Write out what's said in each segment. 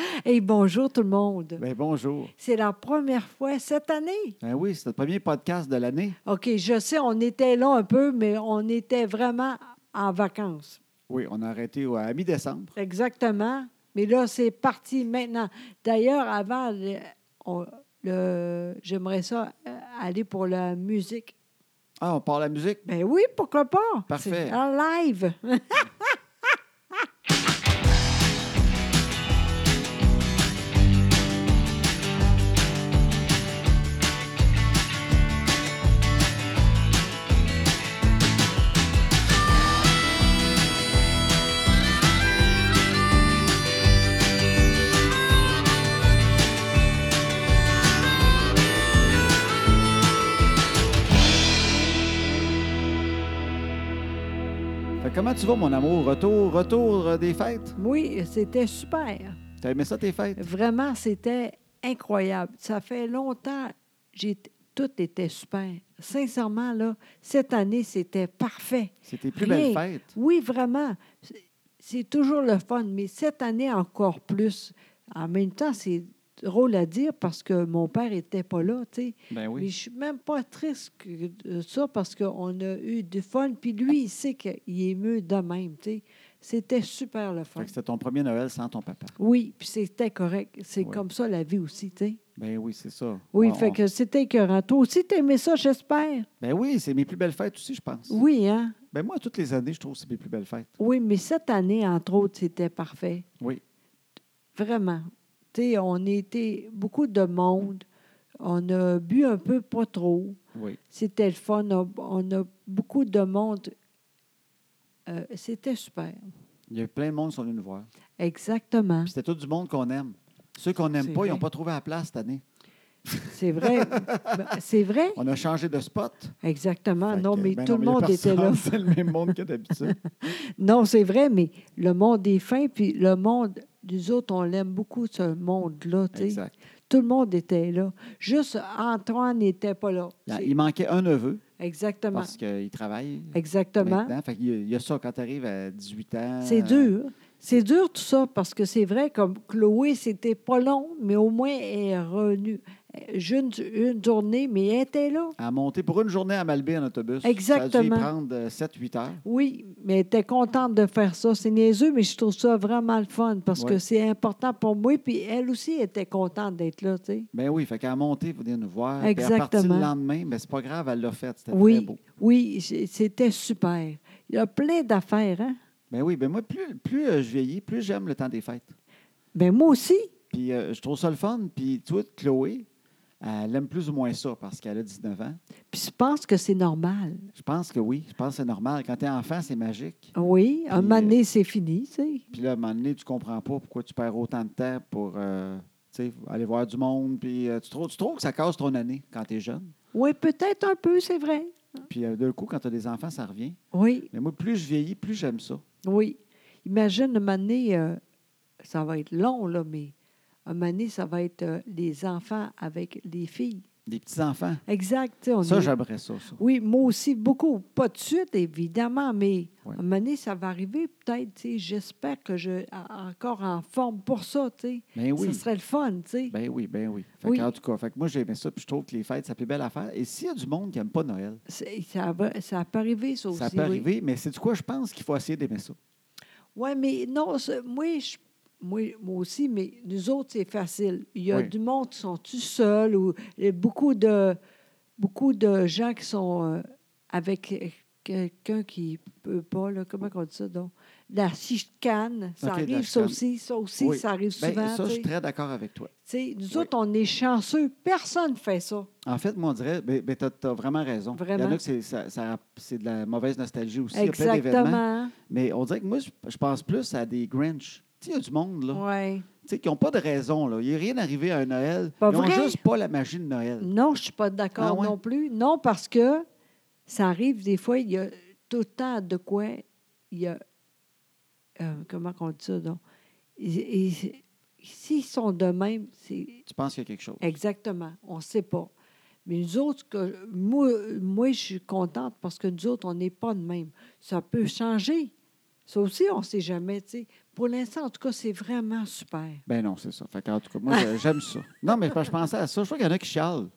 Et bonjour tout le monde. Ben, bonjour. C'est la première fois cette année. Ben oui, c'est notre premier podcast de l'année. OK, je sais, on était là un peu, mais on était vraiment en vacances. Oui, on a arrêté au- à mi-décembre. Exactement. Mais là, c'est parti maintenant. D'ailleurs, avant, le- on- le- j'aimerais ça euh, aller pour la musique. Ah, on part la musique? Ben oui, pourquoi pas? Parfait. C'est En live. Fait que comment tu vas, mon amour? Retour, retour euh, des fêtes? oui, c'était super. T'as aimé ça, tes fêtes? Vraiment, c'était incroyable. Ça fait longtemps, j'ai tout était super. Sincèrement, là, cette année, c'était parfait. C'était plus Rien. belles fêtes. Oui, vraiment. C'est- C'est toujours le fun, mais cette année encore plus. En même temps, c'est drôle à dire parce que mon père n'était pas là, tu sais. Ben Mais oui. je suis même pas triste que- de ça parce qu'on a eu du fun. Puis lui, il sait qu'il est mieux de même, tu sais. C'était super le Fait fun. que c'était ton premier Noël sans ton papa. Oui, puis c'était correct. C'est Ouais. comme ça la vie aussi, tu sais. Ben oui, c'est ça. Oui, On- fait on- que c'était écœurant. Toi aussi, t'aimais ça, j'espère. Ben oui, c'est mes plus belles fêtes aussi, je pense. Oui, hein? Ben moi, toutes les années, je trouve que c'est mes plus belles fêtes. Oui, mais cette année, entre autres, c'était parfait. Oui. Vraiment. Tu sais, on était beaucoup de monde. On a bu un peu, pas trop. Oui. C'était le fun. On, on a beaucoup de monde. Euh, c'était super. Il y a eu plein de monde qui sont venus nous voir. Exactement. Puis c'était tout du monde qu'on aime. Ceux qu'on C'est n'aime pas, ils n'ont vrai. pas trouvé la place cette année. C'est vrai. Ben, C'est vrai. On a changé de spot. Exactement. Fait Ah non, que, mais ben tout non, le mais il y monde était a là. personne, C'est le même monde que d'habitude. Non, c'est vrai, mais le monde est fin, puis le monde, nous autres, on l'aime beaucoup, ce monde-là. tu sais. exact. Tout le monde était là. Juste Antoine n'était pas là. Il, C'est- Ah, il manquait un neveu Exactement. parce qu'il travaille Exactement. maintenant. Fait qu'il y a- il y a ça quand tu arrives à 18 ans. euh, C'est dur. C'est dur tout ça parce que c'est vrai, comme Chloé, c'était pas long, mais au moins elle est revenue. Une, une journée, mais elle était là. À monter pour une journée à Malbé en autobus. Ça a dû y Exactement. prendre 7-8 heures. Oui, mais elle était contente de faire ça. C'est niaiseux, mais je trouve ça vraiment le fun parce Ouais. que c'est important pour moi. Puis elle aussi était contente d'être là, tu sais. Ben oui, fait qu'à monter, vous venir nous voir. Puis à partir Exactement. le lendemain, mais c'est pas grave, elle l'a fait. C'était Oui, très beau. oui, c'est- c'était super. Il y a plein d'affaires, hein? Ben oui, ben moi, plus, plus euh, je vieillis, plus j'aime le temps des fêtes. Ben moi aussi. Puis euh, je trouve ça le fun. Puis toi, Chloé, elle aime plus ou moins ça parce qu'elle a 19 ans. Puis je pense que c'est normal. Je pense que oui, je pense que c'est normal. Quand t'es enfant, c'est magique. Oui, un Puis, moment euh, donné, c'est fini, tu sais. Puis là, à un moment donné, tu comprends pas pourquoi tu perds autant de temps pour euh, tu sais, aller voir du monde. Puis euh, tu, trouves, tu trouves que ça casse ton année quand tu es jeune. Oui, peut-être un peu, c'est vrai. Puis euh, d'un coup, quand tu as des enfants, ça revient. Oui, Mais moi, plus je vieillis, plus j'aime ça. oui. Imagine, un moment donné, euh, ça va être long, là, mais un moment donné, ça va être euh, les enfants avec les filles. Des petits-enfants. Exact. tu sais, on Ça, est- j'aimerais ça, ça. Oui, moi aussi, beaucoup. Pas de suite, évidemment, mais Ouais. à un moment donné, ça va arriver, peut-être. tu sais. J'espère que je suis encore en forme pour ça, tu sais. Ben Ce oui. serait le fun, tu sais. Ben oui, ben oui. Fait Oui. que, en tout cas, fait que moi, j'aimais ça. Puis je trouve que les fêtes, c'est la plus belle affaire. Et s'il y a du monde qui n'aime pas Noël, C'est- Ça, va- ça peut arriver, ça aussi. ça peut arriver. Mais c'est du quoi je pense qu'il faut essayer d'aimer ça. Oui, Ouais, mais non, c'est- moi, je- moi, moi aussi, mais nous autres, c'est facile. Il y a Oui. du monde qui sont tout seuls ou il y a beaucoup de, beaucoup de gens qui sont euh, avec euh, quelqu'un qui peut pas, là, comment on dit ça, donc? La chicane, ça Ok, la arrive, ça chicane. aussi, ça aussi, Oui. ça arrive Ben, souvent. ça, je tu suis très d'accord avec toi. sais. Tu sais, nous Oui. autres, on est chanceux, personne ne fait ça. En fait, moi, on dirait, ben, ben, t'as, t'as vraiment raison. Il y en Vraiment. a que c'est, ça- ça- c'est de la mauvaise nostalgie aussi. Il y a plein d'événements. Exactement. Mais on dirait que moi, je, je pense plus à des Grinch. Tu sais, il y a du monde, là. Ouais. Tu sais, qui n'ont pas de raison, là. Il n'est rien arrivé à un Noël. Pas ils n'ont vrai? Mm. juste pas la magie de Noël. Non, je ne suis pas d'accord Ah ouais? non plus. Non, parce que ça arrive des fois, il y a tout le temps de quoi il y a. euh, comment on dit ça, donc? Et- et- S'ils sont de même, c'est Tu penses qu'il y a quelque chose. exactement, on ne sait pas. Mais nous autres, que, moi, moi, je suis contente parce que nous autres, on n'est pas de même. Ça peut changer. Ça aussi, on ne sait jamais. tu sais. Pour l'instant, en tout cas, c'est vraiment super. Ben non, c'est ça. Fait qu'en tout cas, moi, je- j'aime ça. Non, mais je je pensais à ça. Je crois qu'il y en a qui chialent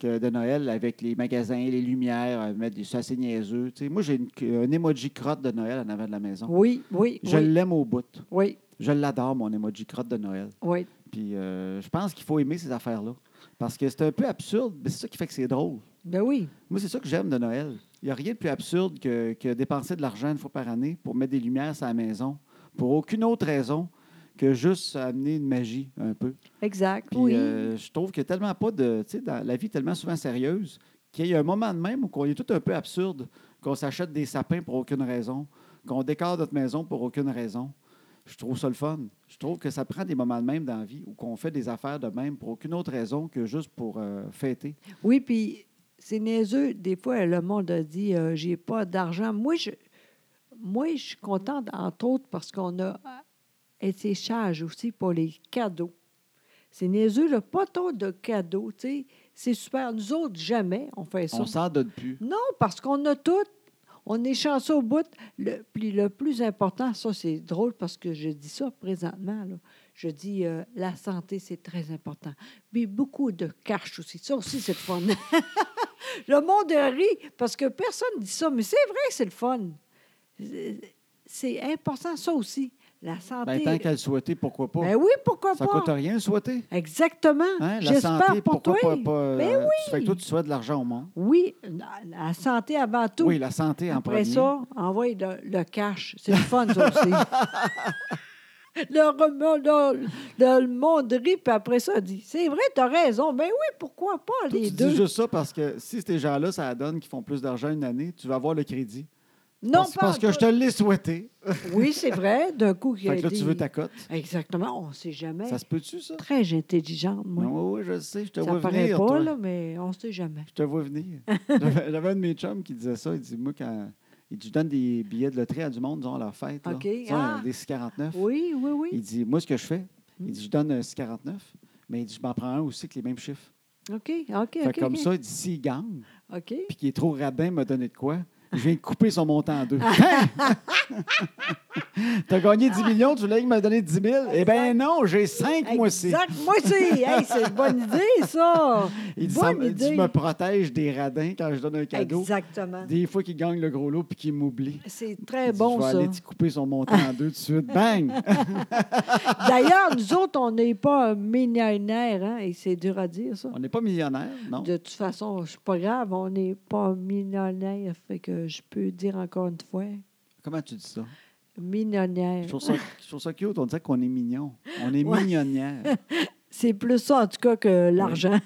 que de Noël avec les magasins, les lumières, euh, mettre des ça, c'est niaiseux. Tu sais, moi, j'ai une- un emoji crotte de Noël en avant de la maison. Oui, oui, Je oui, l'aime au bout. oui, Je l'adore, mon emoji crotte de Noël. oui. Puis euh, je pense qu'il faut aimer ces affaires-là. Parce que c'est un peu absurde, mais c'est ça qui fait que c'est drôle. Ben oui, Moi, c'est ça que j'aime de Noël. Il n'y a rien de plus absurde que, que dépenser de l'argent une fois par année pour mettre des lumières à la maison, pour aucune autre raison que juste amener une magie un peu. exact. Puis oui. euh, je trouve qu'il n'y a tellement pas de. Tu sais, dans- la vie est tellement souvent sérieuse qu'il y a un moment de même où on est tout un peu absurde, qu'on s'achète des sapins pour aucune raison, qu'on décore notre maison pour aucune raison. Je trouve ça le fun. Je trouve que ça prend des moments de même dans la vie où qu'on fait des affaires de même pour aucune autre raison que juste pour euh, fêter. Oui, puis c'est niaiseux. Des fois, le monde a dit euh, j'ai pas d'argent. Moi, je moi, je suis contente, entre autres, parce qu'on a euh, été charge aussi pour les cadeaux. C'est niaiseux, là, pas tant de cadeaux, tu sais. C'est super. Nous autres, jamais on fait ça. On s'en donne plus. Non, parce qu'on a tout. On est chanceux au bout. Le, puis le plus important, ça, c'est drôle parce que je dis ça présentement. là. Je dis euh, la santé, c'est très important. Puis beaucoup de cash aussi. Ça aussi, c'est le fun. le monde rit parce que personne dit ça, mais c'est vrai, c'est le fun. C'est important, ça aussi. La Ben, santé. euh, tant qu'à le souhaiter, pourquoi pas? Ben oui, pourquoi ça pas? coûte rien le souhaiter. Exactement. Hein? La J'espère santé, pour pourquoi toi. pas? pas, Ben euh, tu- Fait que toi, tu souhaites de l'argent au monde. Oui, la, la santé avant tout. Oui, la santé en Après premier. ça, envoie le, le cash. C'est le fun, ça aussi. le, remords, le- le- le monde rit, puis après ça, dit C'est vrai, t'as raison. Ben oui, pourquoi pas Toi, les tu deux dis juste ça parce que si ces gens-là, ça donne qu'ils font plus d'argent une année, tu vas avoir le crédit. Non, parce, pas parce que je te l'ai souhaité. Oui, c'est vrai, d'un coup. il a Fait que là, dit- tu veux ta cote. Exactement, on ne sait jamais. Ça se peut-tu, ça? Très intelligente, moi. Non, oui, oui, je le sais. Je te ça vois paraît venir. pas, toi. là, mais on ne sait jamais. Je te vois venir. J'avais j'avais un de mes chums qui disait ça. Il dit, moi, quand. Il dit, je donne des billets de loterie à du monde, disons, à leur fête. là. OK, Tu sais, ah. Des 6,49. Oui, oui, Il oui. dit, moi, ce que je fais, il dit, je donne un 6,49, mais il dit, je m'en prends un aussi avec les mêmes chiffres. OK, OK, Fait OK. que comme OK. ça, il dit, s'il gagne, OK. puis qu'il est trop radin, m'a donné de quoi, je viens de couper son montant en deux. Hein? T'as gagné 10 millions, tu voulais qu'il m'a donné 10 000? Eh bien non, j'ai 5 moi aussi. Exact, moi aussi. Hey, c'est une bonne idée, ça. Il dit, ça bonne me- il dit, idée. je me protège des radins quand je donne un cadeau. Exactement. Des fois qu'il gagne le gros lot puis qu'il m'oublie. C'est Il très dit, bon, je vais ça. aller t'y couper son montant en deux de suite. Bang! D'ailleurs, nous autres, on n'est pas euh, millionnaires, hein, et c'est dur à dire, ça. On n'est pas millionnaire, non? De toute façon, c'est pas grave, on n'est pas millionnaire, fait que je peux dire encore une fois, Comment tu dis ça? millionnaire. Je trouve ça, je trouve ça cute. On dirait qu'on est mignon. On est Ouais. mignonnière. C'est plus ça, en tout cas, que l'argent.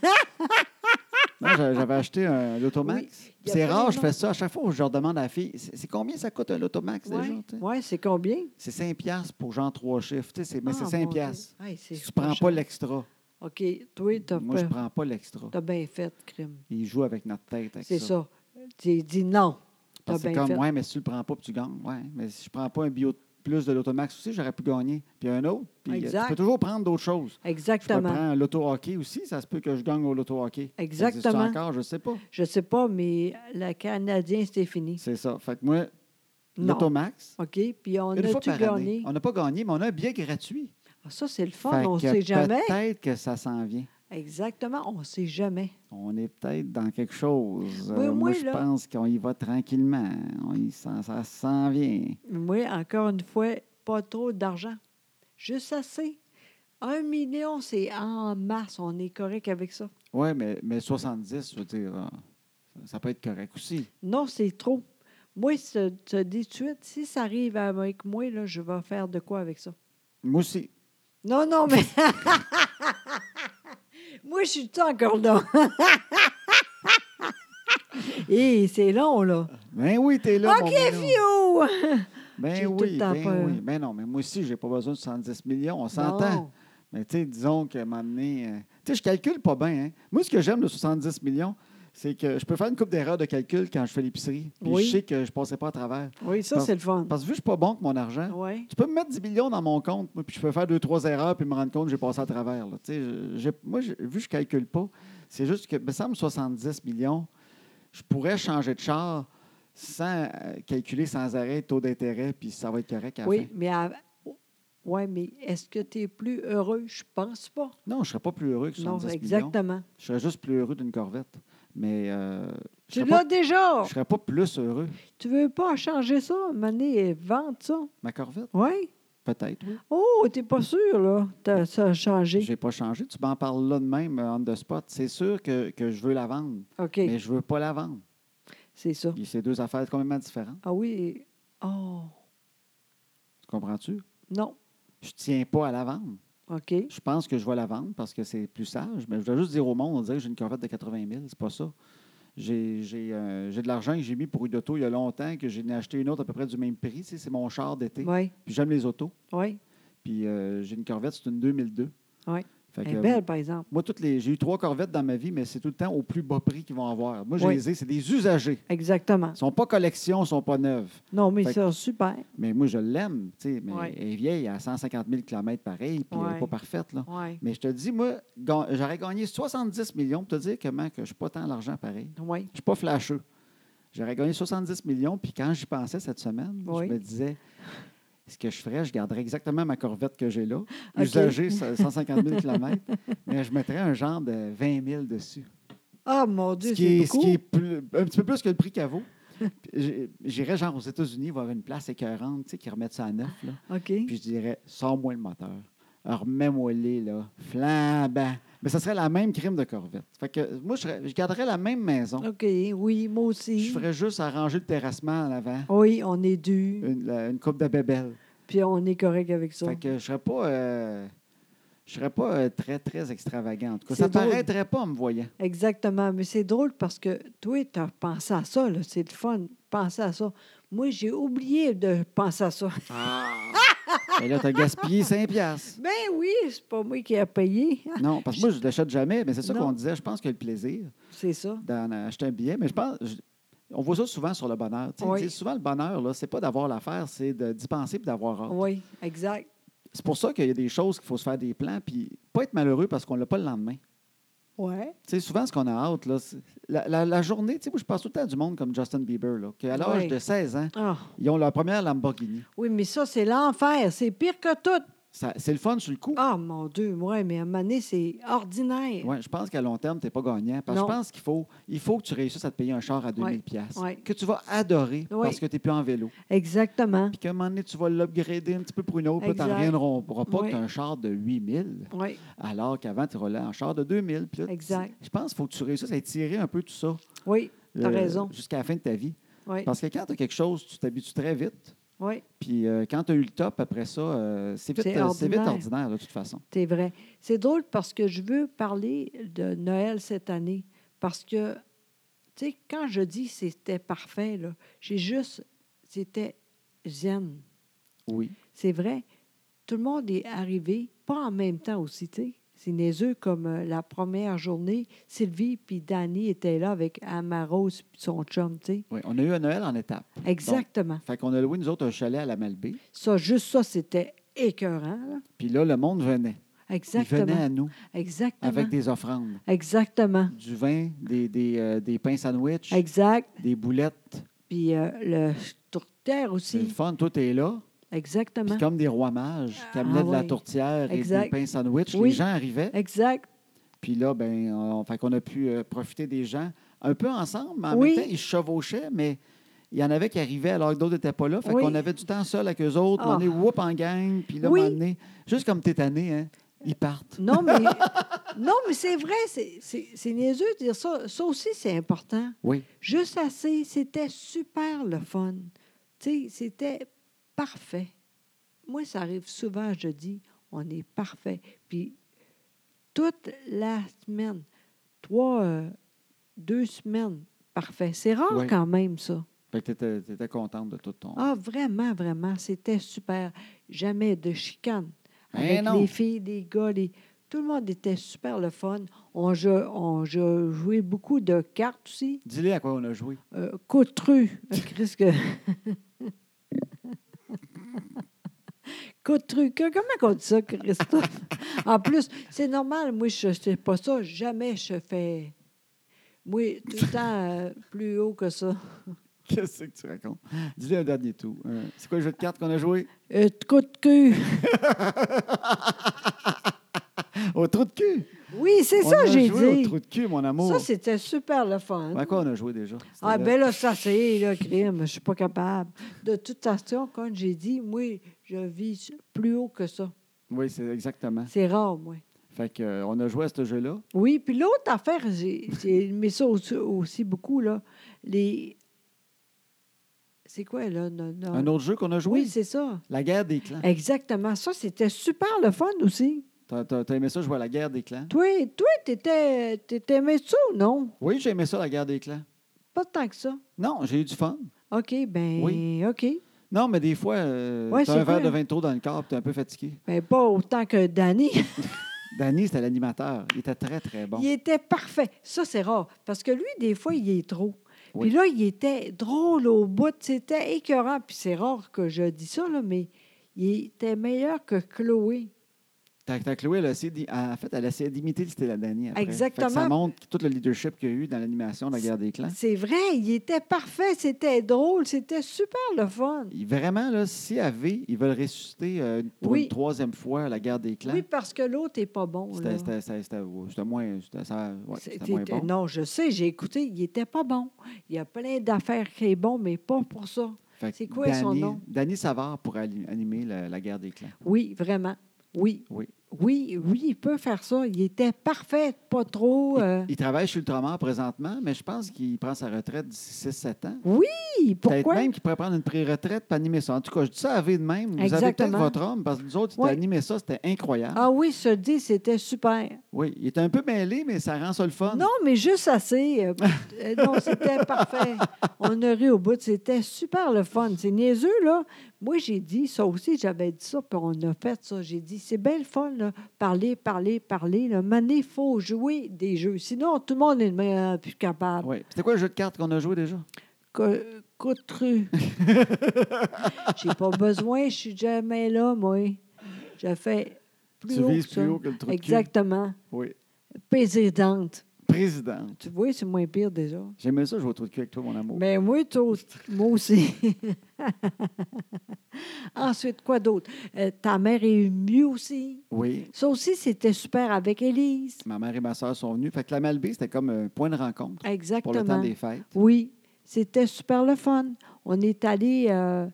Moi, j'a- j'avais acheté un Lotomax. Oui, il y a c'est rare, je tellement- fais ça. À chaque fois, je leur demande à la fille, c'est c'est combien ça coûte un Lotomax déjà? Oui, tu sais? ouais, c'est combien? C'est 5 piastres pour genre trois chiffres. tu sais, c'est- Mais c'est Ah, 5 mon Dieu. piastres. Hey, c'est Tu prends cher. pas l'extra. OK, toi, t'as Moi, je pas- prends pas l'extra. t'as bien fait, crime. Ils jouent avec notre tête. avec C'est ça. Tu dis non. T'as Parce que c'est bien comme, fait. ouais, mais si tu le prends pas, puis tu gagnes. Ouais, mais si je prends pas un bio de plus de l'automax aussi, j'aurais pu gagner. Puis un autre. Puis euh, tu Exact. peux toujours prendre d'autres choses. Je peux Exactement. prendre l'auto-hockey aussi. Ça se peut que je gagne au loto-hockey. Ça existe Exactement. encore, je sais pas. Je sais pas, mais le Canadien, c'est fini. C'est ça. Fait que moi, Non. l'automax, OK, puis on une fois a-tu par année. gagné? On n'a pas gagné, mais on a un billet gratuit. Ah, ça, c'est le fun, Fait on ne que sait jamais. Peut-être que ça s'en vient. Exactement, on ne sait jamais. On est peut-être dans quelque chose. Oui, Euh, moi, oui, je là. pense qu'on y va tranquillement. On y- ça ça s'en vient. Moi, encore une fois, pas trop d'argent. Juste assez. Un million, c'est en masse. On est correct avec ça. Oui, mais, mais 70, je veux dire, euh, ça peut être correct aussi. Non, c'est trop. Moi, je te dis tout de suite, si ça arrive avec moi, là, je vais faire de quoi avec ça. Moi aussi. Non, non, mais. Moi, je suis encore là. Et Eh, c'est long, là. Ben oui, t'es là. OK, mon Minou. Pio! Ben J'ai tout oui, le temps ben peur. oui. Ben non, mais moi aussi, j'ai pas besoin de 70 millions, on Non. s'entend. Mais tu sais, disons que m'amener. euh, tu sais, je calcule pas bien. hein. Moi, ce que j'aime de 70 millions, c'est que je peux faire une coupe d'erreurs de calcul quand je fais l'épicerie. Puis Oui. je sais que je passais pas à travers. Oui, ça, Parce- c'est le fun. Parce que vu que je suis pas bon avec mon argent, Oui. tu peux me mettre 10 millions dans mon compte, moi, puis je peux faire deux, trois erreurs, puis me rendre compte que j'ai passé à travers. là. Tu sais, je- j'ai- moi, je- vu que je calcule pas, c'est juste que, me semble, 70 millions, je pourrais changer de char sans euh, calculer sans arrêt taux d'intérêt, puis ça va être correct à la Oui, fin. mais, à- ouais, mais est-ce que tu es plus heureux? Je pense pas. Non, je ne serais pas plus heureux que 70 Non, millions. exactement. Je serais juste plus heureux d'une Corvette. Mais euh, je Tu ne serais, l'as pas- déjà. je serais pas plus heureux. Tu veux pas changer ça? Mané, vendre ça. Ma Corvette, Oui. peut-être, oui. Oh, t'es pas sûr, là. T'as- ça a Je changé. n'ai pas changé. Tu m'en parles là de même, euh, on the spot. C'est sûr que, que je veux la vendre, OK, mais je ne veux pas la vendre. c'est ça. Puis C'est deux affaires complètement différentes. Ah oui. Oh, Tu comprends-tu? non. Je ne tiens pas à la vendre. OK. Je pense que je vais la vendre parce que c'est plus sage. Mais je dois juste dire au monde, on dirait que j'ai une Corvette de 80 000. C'est pas ça. J'ai j'ai, euh, j'ai de l'argent que j'ai mis pour une auto il y a longtemps, que j'ai acheté une autre à peu près du même prix. Tu sais, c'est mon char d'été. Oui, Puis j'aime les autos. oui. Puis euh, j'ai une Corvette, c'est une 2002. Ouais. Fait Elle que, est belle, par exemple. Moi, toutes les, j'ai eu trois Corvettes dans ma vie, mais c'est tout le temps au plus bas prix qu'ils vont avoir. Moi, je Oui. les ai, c'est des usagers. Exactement. Ils sont pas collection, ils sont pas neuves. Non, mais Fait c'est super. Mais moi, je l'aime. tu sais, Mais Oui. Elle est vieille, elle a 150 000 km pareil, puis elle Oui. n'est pas parfaite. Là. Oui. Mais je te dis, moi, ga- j'aurais gagné 70 millions pour te dire comment que je ne suis pas tant l'argent pareil. Oui. Je ne suis pas flasheux. J'aurais gagné 70 millions, puis quand j'y pensais cette semaine, Oui. je me disais, ce que je ferais, je garderais exactement ma corvette que j'ai là, OK. usagée, ça- 150 000 km, mais je mettrais un genre de 20 000 dessus. Ah, mon Ce Dieu, qui c'est est, ce beaucoup. qui est plus- un petit peu plus que le prix qu'elle vaut. Puis j'ai- J'irais genre aux États-Unis voir une place écœurante, tu sais, qui remettent ça à neuf, là. OK. Puis je dirais, sors-moi le moteur. Remets-moi les là, flambant. Mais ça serait la même crime de Corvette. Fait que moi, je, serais- je garderais la même maison. OK, oui, moi aussi. Je ferais juste arranger le terrassement en avant, Oui, on est dû, une, la- une coupe de bébelle. puis on est correct avec ça. Euh. Fait que je serais pas, euh, je serais pas euh, très, très extravagant. En tout cas, C'est ça drôle. paraîtrait pas en me voyant. Exactement. Mais c'est drôle parce que toi, tu as pensé à ça, là. C'est le fun, penser à ça. Moi, j'ai oublié de penser à ça. Mais Ben là, t'as gaspillé 5 piastres. Ben oui, c'est pas moi qui ai payé. hein. Non, parce que moi, je l'achète jamais, mais c'est ça Non. qu'on disait. Je pense que le plaisir, C'est ça. d'en acheter un billet, mais je pense. je- on voit ça souvent sur le bonheur. tu sais. Oui. Tu sais, Souvent, le bonheur, là, c'est pas d'avoir l'affaire, c'est de- d'y penser et d'avoir hâte. Oui, exact. C'est pour ça qu'il y a des choses qu'il faut se faire des plans puis pas être malheureux parce qu'on l'a pas le lendemain. Ouais. Tu sais, souvent, ce qu'on a hâte, là, c'est- la, la- la journée, tu sais, moi, je passe tout le temps à du monde comme Justin Bieber, là, qu'à l'âge Oui. de 16 ans, Ah, ils ont leur première Lamborghini. oui, mais ça, c'est l'enfer. C'est pire que tout. Ça- C'est le fun sur le coup. Ah, mon Dieu, ouais, mais à un moment donné, c'est ordinaire. Ouais, je pense qu'à long terme, tu n'es pas gagnant. Parce que Non. je pense qu'il faut, il faut que tu réussisses à te payer un char à 2000 pièces Ouais. que tu vas adorer Oui. parce que tu n'es plus en vélo. Exactement. Puis qu'à un moment donné, tu vas l'upgrader un petit peu pour une autre. Puis tu Exact. reviendras pas Oui. que tu as un char de 8000, Oui, alors qu'avant, tu roulais en char de 2000. Puis là, tu- Exact. Je pense qu'il faut que tu réussisses à étirer un peu tout ça. oui, euh, T'as raison. Jusqu'à la fin de ta vie. oui, Parce que quand tu as quelque chose, tu t'habitues très vite. oui, Puis euh, quand tu as eu le top, après ça, euh, c'est vite, C'est euh, c'est vite ordinaire. ordinaire, de toute façon. c'est vrai. C'est drôle parce que je veux parler de Noël cette année. Parce que, tu sais, quand je dis c'était parfait, là, j'ai juste, c'était zen. Oui. C'est vrai. Tout le monde est arrivé, pas en même temps aussi, tu sais. C'est niaiseux comme euh, la première journée, Sylvie puis Danny étaient là avec Amaros puis son chum, tu sais. oui. On a eu un Noël en étape. Exactement. Fait qu'on a loué, nous autres, un chalet à la Malbaie. ça, juste ça, c'était écœurant, là. Puis là, le monde venait. Exactement. Ah Il venait à nous Exactement. avec des offrandes. Exactement. Du vin, des, des, euh, des pains sandwich, Exact. des boulettes. Puis euh, le tourtière C'est le aussi. fun, tout est là. Exactement. Puis comme des rois mages qui amenaient Ah de la oui. tourtière et Exact. des pains sandwich, Oui. les gens arrivaient. Exact. Puis là, ben, on, fait qu'on a pu euh, profiter des gens un peu ensemble, mais en Oui. même temps, ils se chevauchaient, mais il y en avait qui arrivaient alors que d'autres n'étaient pas là. Fait Oui. qu'on avait du temps seul avec eux autres, Ah. on est whoop en gang, puis là, Oui. à un moment donné, juste comme tétané, hein, ils partent. Non, mais, non, mais c'est vrai, c'est- c'est c'est niaiseux de dire ça. Ça aussi, c'est important. Oui. Juste assez, c'était super le fun. Tu sais, c'était parfait. Moi, ça arrive souvent, je dis, on est parfait. Puis, toute la semaine, trois, euh, deux semaines, parfait. C'est rare Ouais. quand même, ça. Fait que t'étais, t'étais contente de tout ton. Ah, vraiment, vraiment, c'était super. Jamais de chicane. Ben Avec non. les filles, les gars, les- tout le monde était super le fun. On, jou- on jou- jouait beaucoup de cartes aussi. Dis-les à quoi on a joué. Euh, Coutru. Euh, Chris, que- Coutru. Que- Comment on dit ça, Christophe? en plus, c'est normal. Moi, je ne sais pas ça. Jamais je fais. Moi, tout le temps euh, plus haut que ça. Qu'est-ce que tu racontes? Dis-le un dernier tout. Euh, c'est quoi le jeu de cartes qu'on a joué? Euh, de coup de cul. Au trou de cul! Oui, c'est On ça, a j'ai joué dit. au trou de cul, mon amour. Ça, c'était super le fun. Ben, à quoi on a joué déjà? Ah, C'était ben là, ça, c'est le crime. Je suis pas capable. De toute façon, comme j'ai dit, moi, je vis plus haut que ça. Oui, c'est exactement. C'est rare, moi. Fait que, euh, on a joué à ce jeu-là. Oui, puis l'autre affaire, j'ai j'ai aimé ça aussi, aussi beaucoup, là. Les. C'est quoi, là? non, non. Un autre jeu qu'on a joué? Oui, c'est ça. La guerre des clans. Exactement. Ça, c'était super le fun aussi. T'as, t'as- t'as aimé ça jouer à la guerre des clans? Toi, toi, t'étais, t'étais aimé ça ou non? Oui, j'ai aimé ça, la guerre des clans. Pas tant que ça. Non, j'ai eu du fun. OK, ben, Oui. OK. Non, mais des fois, euh, Ouais, t'as c'est un verre vrai. de vin de trop dans le corps, puis t'es un peu fatigué. Ben, pas autant que Danny. Danny, c'était l'animateur. Il était très, très bon. Il était parfait. Ça, c'est rare. Parce que lui, des fois, il est trop. Oui. Puis là, il était drôle au bout. C'était écœurant. Puis c'est rare que je dis ça, là, mais il était meilleur que Chloé. Ta, ta Chloé, elle a essayé d'im- en fait, elle a essayé d'imiter le style à Danny après. Fait que ça Exactement. montre tout le leadership qu'il y a eu dans l'animation de la guerre des clans. C'est vrai, il était parfait. C'était drôle. C'était super le fun. Il- Vraiment, là, si avait, ils veulent ressusciter euh, pour Oui. une troisième fois la guerre des clans. Oui, parce que l'autre n'est pas bon. là. C'était- C'était c'était- c'était- c'était moins, c'était- ça- ouais, c'était C'était- moins bon. Non, je sais, j'ai écouté, il était pas bon. Il y a plein d'affaires qui est bon, mais pas pour ça. Fait que c'est quoi son nom? Danny Savard pour animer la, la guerre des clans. Oui, vraiment. Oui. Oui. Oui, oui, il peut faire ça. Il était parfait, pas trop. euh, Il travaille chez Ultramar présentement, mais je pense qu'il prend sa retraite d'ici 6-7 ans. hi, Peut-être Pourquoi? même qu'il pourrait prendre une pré-retraite pour animer ça. En tout cas, je dis ça à V de même. Vous avez peut-être Exactement. votre homme, parce que nous autres, il Oui. a animé ça, c'était incroyable. Ah oui, se dit, c'était super. Oui, il était un peu mêlé, mais ça rend ça le fun. Non, mais juste assez. euh, euh, non, c'était parfait. On a ri au bout. C'était super le fun. C'est niaiseux, là. Moi, j'ai dit, ça aussi, j'avais dit ça, puis on a fait ça. J'ai dit, c'est belle fun, là. Parler, parler, parler. Là. Mané, il faut jouer des jeux. Sinon, tout le monde est euh, plus capable. Oui. C'était quoi le jeu de cartes qu'on a joué déjà? Que- Coutru. j'ai pas besoin, je suis jamais là, moi. Je fais plus tu haut vises que ça. plus haut que le truc. Exactement. Oui. Présidente. Président. Tu vois, c'est moins pire déjà. J'aimais ça jouer au trou de cul avec toi, mon amour. Mais Ben, moi, toi, moi aussi. Ensuite, quoi d'autre? Euh, ta mère est mieux aussi. Oui. Ça aussi, c'était super avec Élise. Ma mère et ma soeur sont venues. Fait que la Malbaie, c'était comme un point de rencontre pour le temps Exactement. des fêtes. Oui, c'était super le fun. On est allé euh,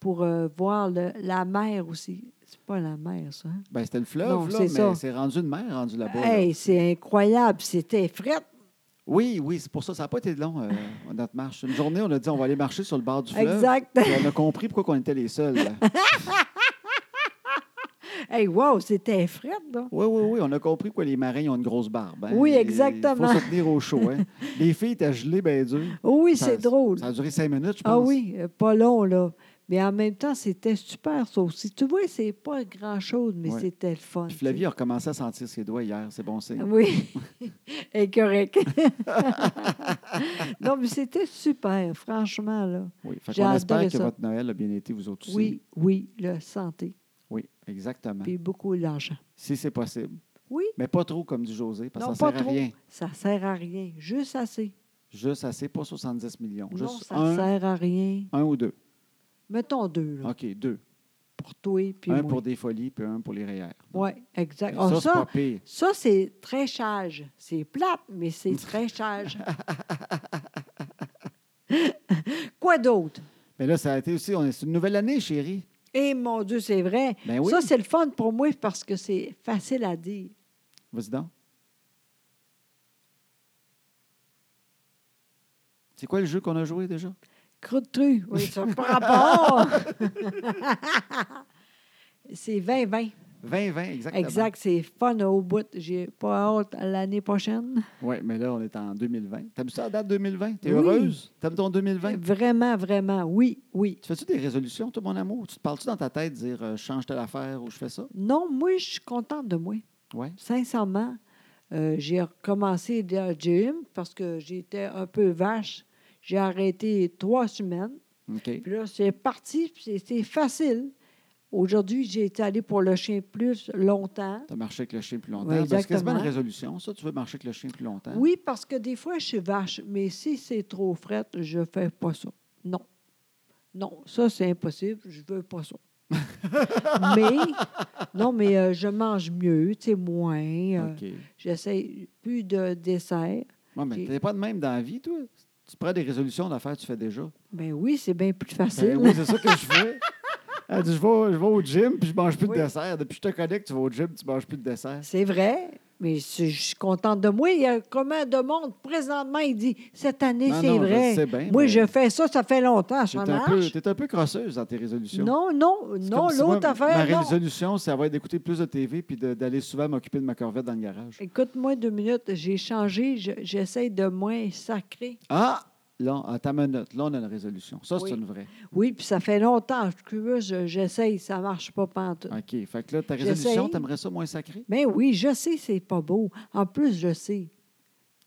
pour euh, voir le- la mer aussi. C'est pas la mer, ça. hein? Ben, c'était le fleuve, Non, là, c'est mais ça. c'est rendu une mer, rendu là-bas. là. Hey, c'est incroyable. C'était fret. Oui, oui, c'est pour ça. Ça n'a pas été long, euh, notre marche. Une journée, on a dit on va aller marcher sur le bord du fleuve. Exact. Puis on a compris pourquoi on était les seuls. là. Hey, wow, c'était fret, là. Oui, oui, oui. On a compris pourquoi les marins ils ont une grosse barbe. hein. Oui, Et- exactement. Il faut se tenir au chaud. hein. les filles étaient gelées, bien dures. Oh oui, Ça- c'est drôle. Ça a duré cinq minutes, je pense. Ah oui, euh, pas long, là. Mais en même temps, c'était super, ça aussi. Tu vois, c'est pas grand-chose, mais Ouais. c'était le fun. Puis Flavie a recommencé à sentir ses doigts hier. C'est bon tu sais. signe. Oui, Et correct. non, mais c'était super, franchement, là. Oui. Fait J'ai qu'on espère adoré que ça. votre Noël a bien été, vous autres aussi. Oui, oui, la santé, Oui, exactement. puis beaucoup d'argent. Si c'est possible. Oui, Mais pas trop, comme dit José, parce que non, ça pas ne sert trop. à rien. Ça sert à rien, juste assez. Juste assez, pas 70 millions. non, Juste ça un, sert à rien. un ou deux. Mettons deux, là, OK, deux. pour toi, puis un moi. pour des folies, puis un pour les REER. Oui, exact. Ah, Ça, c'est ça, pas pire. Ça, c'est très chage. C'est plate, mais c'est très chage. Quoi d'autre? Mais là, ça a été aussi, on est c'est une nouvelle année, chérie. Eh mon Dieu, c'est vrai. Ben oui. Ça, c'est le fun pour moi parce que c'est facile à dire. Vas-y donc. C'est quoi le jeu qu'on a joué déjà? Croûte tru. Oui, ça n'a pas rapport. c'est 20-20. 20-20, exactement. Exact, c'est fun au bout. J'ai pas hâte à l'année prochaine. Oui, mais là, on est en 2020. T'aimes ça la date 2020? T'es Oui. heureuse? T'aimes ton 2020? Vraiment, vraiment, oui, oui. Tu fais-tu des résolutions, toi, mon amour? Tu te parles-tu dans ta tête, dire euh, je change telle affaire ou je fais ça? Non, moi, je suis contente de moi. Oui. sincèrement, euh, j'ai recommencé le gym parce que j'étais un peu vache. J'ai arrêté trois semaines. OK. Puis là, c'est parti, puis c'est- c'est facile. Aujourd'hui, j'ai été allée pour le chien plus longtemps. Tu as marché avec le chien plus longtemps. Ouais, Ben, c'est quasiment une exactement. résolution, ça. Tu veux marcher avec Hein? le chien plus longtemps? Oui, parce que des fois, je suis vache, mais si c'est trop fret, je fais pas ça. Non. Non, ça, c'est impossible. Je veux pas ça. mais, non, mais euh, je mange mieux, tu sais, moins. euh, OK. J'essaie plus de dessert. Ouais, mais j'ai- t'es pas de même dans la vie, toi. Tu prends des résolutions d'affaires, tu fais déjà. Ben oui, c'est bien plus Ben facile. oui, c'est ça que je fais. Elle dit, je vais, je vais au gym, puis je mange plus Oui. de dessert. Depuis que je te connais que tu vas au gym, tu manges plus de dessert. C'est vrai, mais je je suis contente de moi. Il y a combien de monde présentement, il dit cette année, Non, c'est non, je vrai. sais bien, moi, mais- je fais ça, ça fait longtemps, T'es ça un, peu, marche. t'es un peu crosseuse dans tes résolutions. Non, non, C'est non, comme si moi, l'autre Ma affaire, non. résolution, ça va être d'écouter plus de TV puis de- d'aller souvent m'occuper de ma corvette dans le garage. Écoute-moi deux minutes, j'ai changé, je- j'essaie de moins sacrer. Ah! Là, à ta minute, là, on a une résolution. Ça, c'est Oui. une vraie. Oui, puis ça fait longtemps, je suis curieuse, je- j'essaie, ça marche pas pantoute. OK. Fait que là, ta J'essaye. résolution, t'aimerais ça moins sacré? Ben oui, je sais, c'est pas beau. En plus, je sais.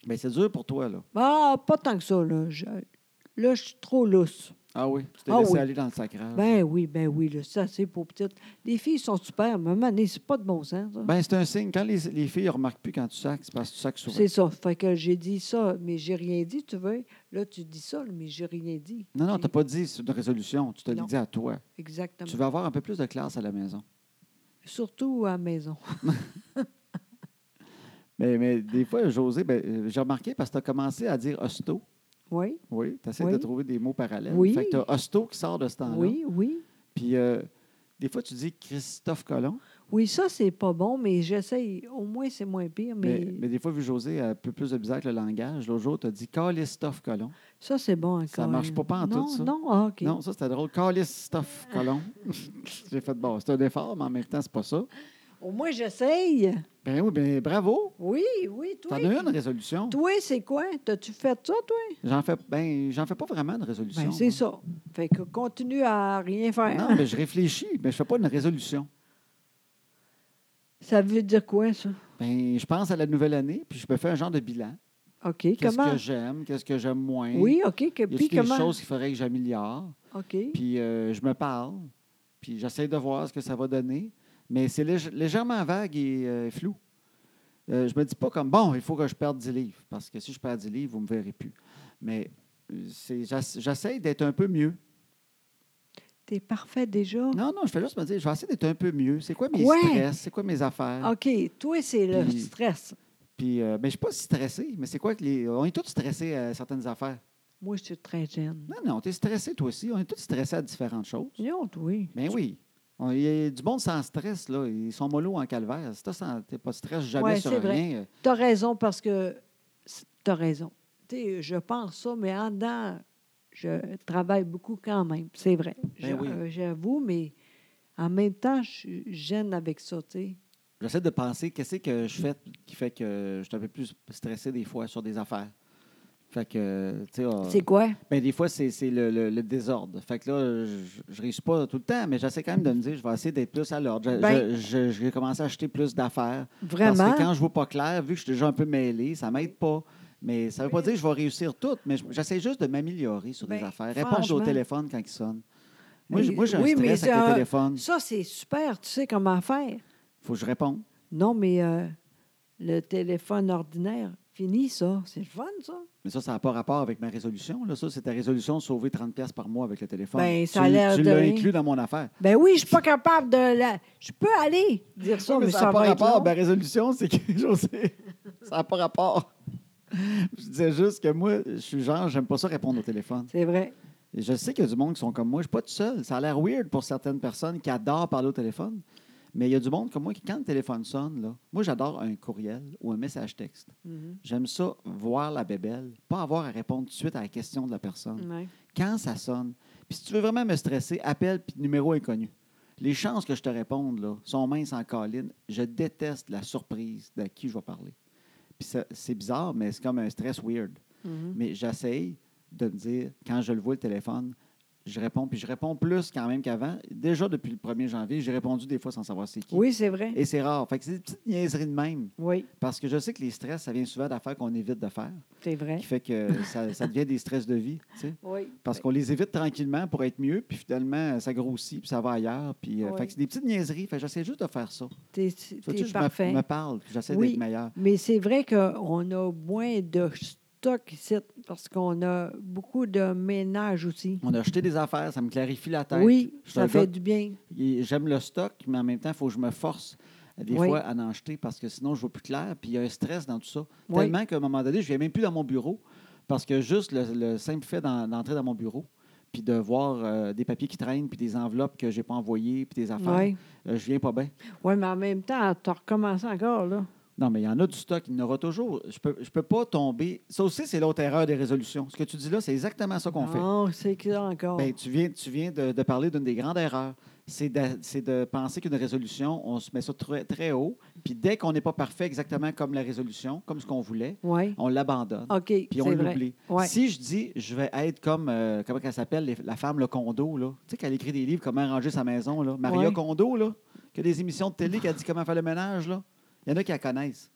Bien, Ben, c'est dur pour toi, là. Ah, pas tant que ça, là. Je- là, je suis trop lousse. Ah oui? Tu t'es Ah laissé oui. aller dans le sacrage. Ben, Ben oui, ben oui, là, ça, c'est pour petite. Les filles sont super, maman, mais c'est pas de bon sens, hein. ça. c'est un signe. Quand les, les filles ne remarquent plus quand tu sacs, Ben, c'est parce que tu sacs souvent. c'est ça. Fait que j'ai dit ça, mais j'ai rien dit, tu veux. Là, tu dis ça, mais j'ai rien dit. Non, non, tu J'ai- n'as pas dit c'est une résolution. Tu te l'as Non. dit à toi. Exactement. Tu vas avoir un peu plus de classe à la maison. Surtout à la maison. Mais, mais des fois, José, ben, euh, j'ai remarqué parce que tu as commencé à dire hosto. Oui, Oui, tu essaies Oui. de trouver des mots parallèles. Oui. Fait que tu as hosto qui sort de ce temps-là. oui, oui. Puis euh, des fois, tu dis Christophe Colomb, Oui, ça, c'est pas bon, mais j'essaye. Au moins, c'est moins pire, mais, mais, mais des fois, vu que José a un peu plus de bizarre que le langage, l'autre jour, tu as dit Calistophe Colomb. ça, c'est bon encore. hein. Ça marche pas pantoute, non, ça. Non, ah, OK. Non, ça, c'était drôle. Calistophe Colomb. j'ai fait, bon, c'est un effort, mais en même temps, c'est pas ça. Au moins, j'essaye. Ben oui, ben bravo. Oui, oui, toi. T'en as eu une hein? résolution. Toi, c'est quoi? T'as-tu fait ça, toi? J'en fais, ben, j'en fais pas vraiment de résolution. Ben, c'est moi. ça. hein. Fait que continue à rien faire. hein. Non, mais je réfléchis, mais je fais pas une résolution. Ça veut dire quoi, ça? Ben, je pense à la nouvelle année, puis je me fais un genre de bilan. OK, Qu'est-ce comment? que j'aime, qu'est-ce que j'aime moins. Oui, OK. Que, Y a puis des comment? choses qu'il faudrait que j'améliore. OK. Puis euh, je me parle, puis j'essaie de voir ce que ça va donner. Mais c'est lég- légèrement vague et euh, flou. Euh, je me dis pas comme, bon, il faut que je perde 10 livres, parce que si je perds 10 livres, vous me verrez plus. Mais euh, c'est- j'ess- j'essaie d'être un peu mieux. T'es parfait déjà. Non, non, je fais juste me dire, je vais essayer d'être un peu mieux. C'est quoi mes Ouais. stress? C'est quoi mes affaires? OK. Toi, c'est le euh, Puis- stress. Puis, euh, ben, je suis pas si stressé, mais c'est quoi que les. On est tous stressés à certaines affaires. Moi, je suis très jeune. Non, non, tu es stressé toi aussi. On est tous stressés à différentes choses. Non, oui. Ben oui. On- Il y a du monde sans stress, là. Ils sont mollo en calvaire. Si toi, t'es pas stress jamais Ouais, sur c'est vrai. rien. euh, T'as raison parce que c'est- t'as raison. Tu sais, je pense ça, mais en dedans, je travaille beaucoup quand même. C'est vrai. Je- Ben oui. euh, J'avoue, mais en même temps, je suis gêne avec ça, tu sais. J'essaie de penser qu'est-ce que je fais qui fait que je suis un peu plus stressé des fois sur des affaires. Fait que, tu sais, euh, C'est quoi? ben, des fois, c'est c'est le, le- le désordre. Fait que là, je, je réussis pas tout le temps, mais j'essaie quand même de me dire, je vais essayer d'être plus à l'ordre. Je- Ben- je- je- J'ai commencé à acheter plus d'affaires. Parce Vraiment? que quand je vois pas clair, vu que je suis déjà un peu mêlé, ça m'aide pas. Mais ça veut pas dire que je vais réussir tout, mais je- j'essaie juste de m'améliorer sur des Ben, affaires. Répondre au franchement. téléphone téléphone quand il sonne. Moi, j'ai Oui, moi, j'ai un oui, mais stress avec ça- le téléphone. Ça, c'est super. Tu sais comment faire. faut que je réponde. Non, mais euh, le téléphone ordinaire, fini ça. C'est le fun, ça. Mais ça, ça n'a pas rapport avec ma résolution. Là. Ça, c'est ta résolution de sauver 30$ piastres par mois avec le téléphone. Ben, ça Tu- a l'air Tu de l'as rien. inclus dans mon affaire. Ben oui, je suis pas capable de la. Je peux aller dire ça, mais, ça, n'a pas va être rapport. ben- long. Ma résolution, c'est que José, ça n'a pas rapport. Je disais juste que moi, je suis genre, j'aime pas ça répondre au téléphone. C'est vrai. Et Je sais qu'il y a du monde qui sont comme moi. Je ne suis pas tout seul. Ça a l'air weird pour certaines personnes qui adorent parler au téléphone. Mais il y a du monde comme moi qui, quand le téléphone sonne, là, moi, j'adore un courriel ou un message texte. Mhm. J'aime ça voir la bébelle, pas avoir à répondre tout de suite à la question de la personne. Ouais. Quand ça sonne, puis si tu veux vraiment me stresser, appelle puis numéro inconnu. Les chances que je te réponde là, sont minces en colline. Je déteste la surprise de qui je vais parler. Puis ça- c'est bizarre, mais c'est comme un stress weird. Mhm. Mais j'essaye de me dire, quand je le vois le téléphone, je réponds, puis je réponds plus quand même qu'avant. Déjà depuis le 1er janvier, j'ai répondu des fois sans savoir c'est qui. Oui, c'est vrai. Et c'est rare. Fait que c'est des petites niaiseries de même. Oui, Parce que je sais que les stress, ça vient souvent d'affaires qu'on évite de faire, c'est vrai. qui fait que ça, ça devient des stress de vie. tu sais. Oui. Parce qu'on les évite tranquillement pour être mieux, puis finalement, euh, ça grossit, puis ça va ailleurs. Puis, euh, Oui. fait que c'est des petites niaiseries. Fait que j'essaie juste de faire ça. T'es, Faut-tu t'es que je me- parfait. me, parle, puis j'essaie Oui. d'être meilleur. Mais c'est vrai qu'on a moins de stock ici parce qu'on a beaucoup de ménages aussi. On a jeté des affaires, ça me clarifie la tête. Oui, Je suis un ça fait gars- du bien. Et J'aime le stock, mais en même temps, il faut que je me force euh, des Oui. fois à en jeter parce que sinon, je ne vois plus clair. Puis il y a un stress dans tout ça. Oui. Tellement qu'à un moment donné, je ne viens même plus dans mon bureau parce que juste le, le simple fait d'en- d'entrer dans mon bureau puis de voir euh, des papiers qui traînent, puis des enveloppes que je n'ai pas envoyées, puis des affaires, Oui, euh, je viens pas bien. ouais, mais en même temps, tu recommences encore, là. Non, mais il y en a du stock, il y en aura toujours. Je peux, je peux pas tomber. Ça aussi, c'est l'autre erreur des résolutions. Ce que tu dis là, c'est exactement ça qu'on fait. Non, c'est que ça encore. Ben, tu viens, tu viens de, de parler d'une des grandes erreurs. C'est de, c'est de penser qu'une résolution, on se met ça très, très haut, puis dès qu'on n'est pas parfait exactement comme la résolution, comme ce qu'on voulait, oui. on l'abandonne, OK, puis on c'est vrai. l'oublie. Ouais. Si je dis, je vais être comme, euh, comment elle s'appelle, les- la femme, le condo, là. tu sais, qu'elle écrit des livres, comment ranger sa maison, là. Maria Ouais. Condo, là, qui a des émissions de télé, qui a dit comment faire le ménage, là. Il y en a qui la connaissent.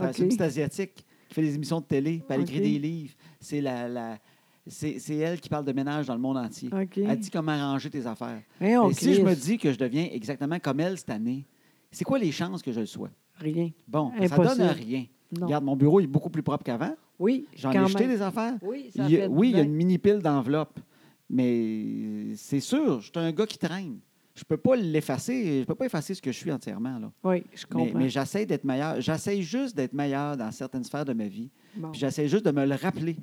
Euh, C'est une OK. petite Asiatique qui fait des émissions de télé, puis elle écrit OK. des livres. C'est la, la- c'est c'est elle qui parle de ménage dans le monde entier. OK. Elle dit comment arranger tes affaires. Voyons, Mais si je me Chris, dis que je deviens exactement comme elle cette année, c'est quoi les chances que je le sois? Rien. Bon, ça Impossible. donne à rien. Non. Regarde, mon bureau il est beaucoup plus propre qu'avant. Oui, J'en quand ai jeté même. des affaires. Oui, ça Il y fait a- du oui, il y a bien. une mini pile d'enveloppes. Mais c'est sûr, je suis un gars qui traîne. Je peux pas l'effacer. Je peux pas effacer ce que je suis entièrement. Là. Oui, je Mais, comprends. mais j'essaie d'être meilleur. J'essaie juste d'être meilleur dans certaines sphères de ma vie. Bon. Puis j'essaie juste de me le rappeler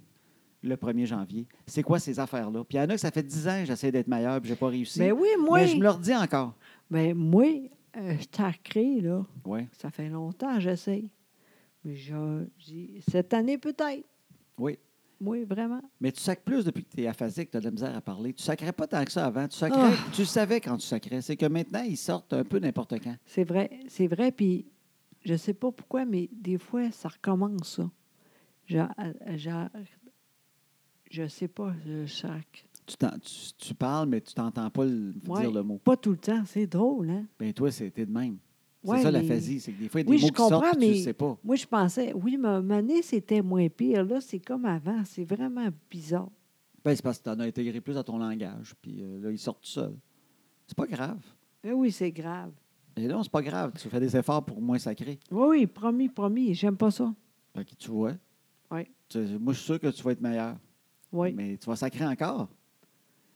le 1er janvier. C'est quoi ces affaires-là? Puis il y en a que ça fait 10 ans que j'essaie d'être meilleur puis j'ai pas réussi. Mais Ben oui, moi, Mais je me le redis encore. ben, moi euh, je t'ai recréé, là. Oui. Ça fait longtemps, j'essaye. Mais je dis, cette année peut-être. Oui. Oui, vraiment. Mais tu sacres plus depuis que tu es aphasique, tu as de la misère à parler. Tu sacrais pas tant que ça avant. Tu, sacrais- Ah! tu savais quand tu sacrais. C'est que maintenant, ils sortent un peu n'importe quand. C'est vrai, c'est vrai. Puis je sais pas pourquoi, mais des fois, ça recommence, ça. Je, euh, je, je sais pas, je sac. Tu, t'en- tu- tu parles, mais tu t'entends pas le- Ouais. dire le mot. Pas tout le temps, c'est drôle, hein? Ben toi, c'était de même. Ouais, c'est ça mais- l'aphasie. C'est que des fois, il y a des Oui, mots je qui sortent comprends, puis tu mais- ne sais pas. Moi, je pensais, oui, mais à un moment donné, c'était moins pire. Là, c'est comme avant. C'est vraiment bizarre. Ben, c'est parce que tu en as intégré plus à ton langage, puis euh, là, ils sortent tout seuls. C'est pas grave. Mais Eh oui, c'est grave. Et non, c'est pas grave. Tu fais des efforts pour moins sacrer. Oui, oui, promis, promis. J'aime pas ça. Fait que tu vois. Oui. Tu- moi, je suis sûr que tu vas être meilleur. Oui. Mais tu vas sacrer encore.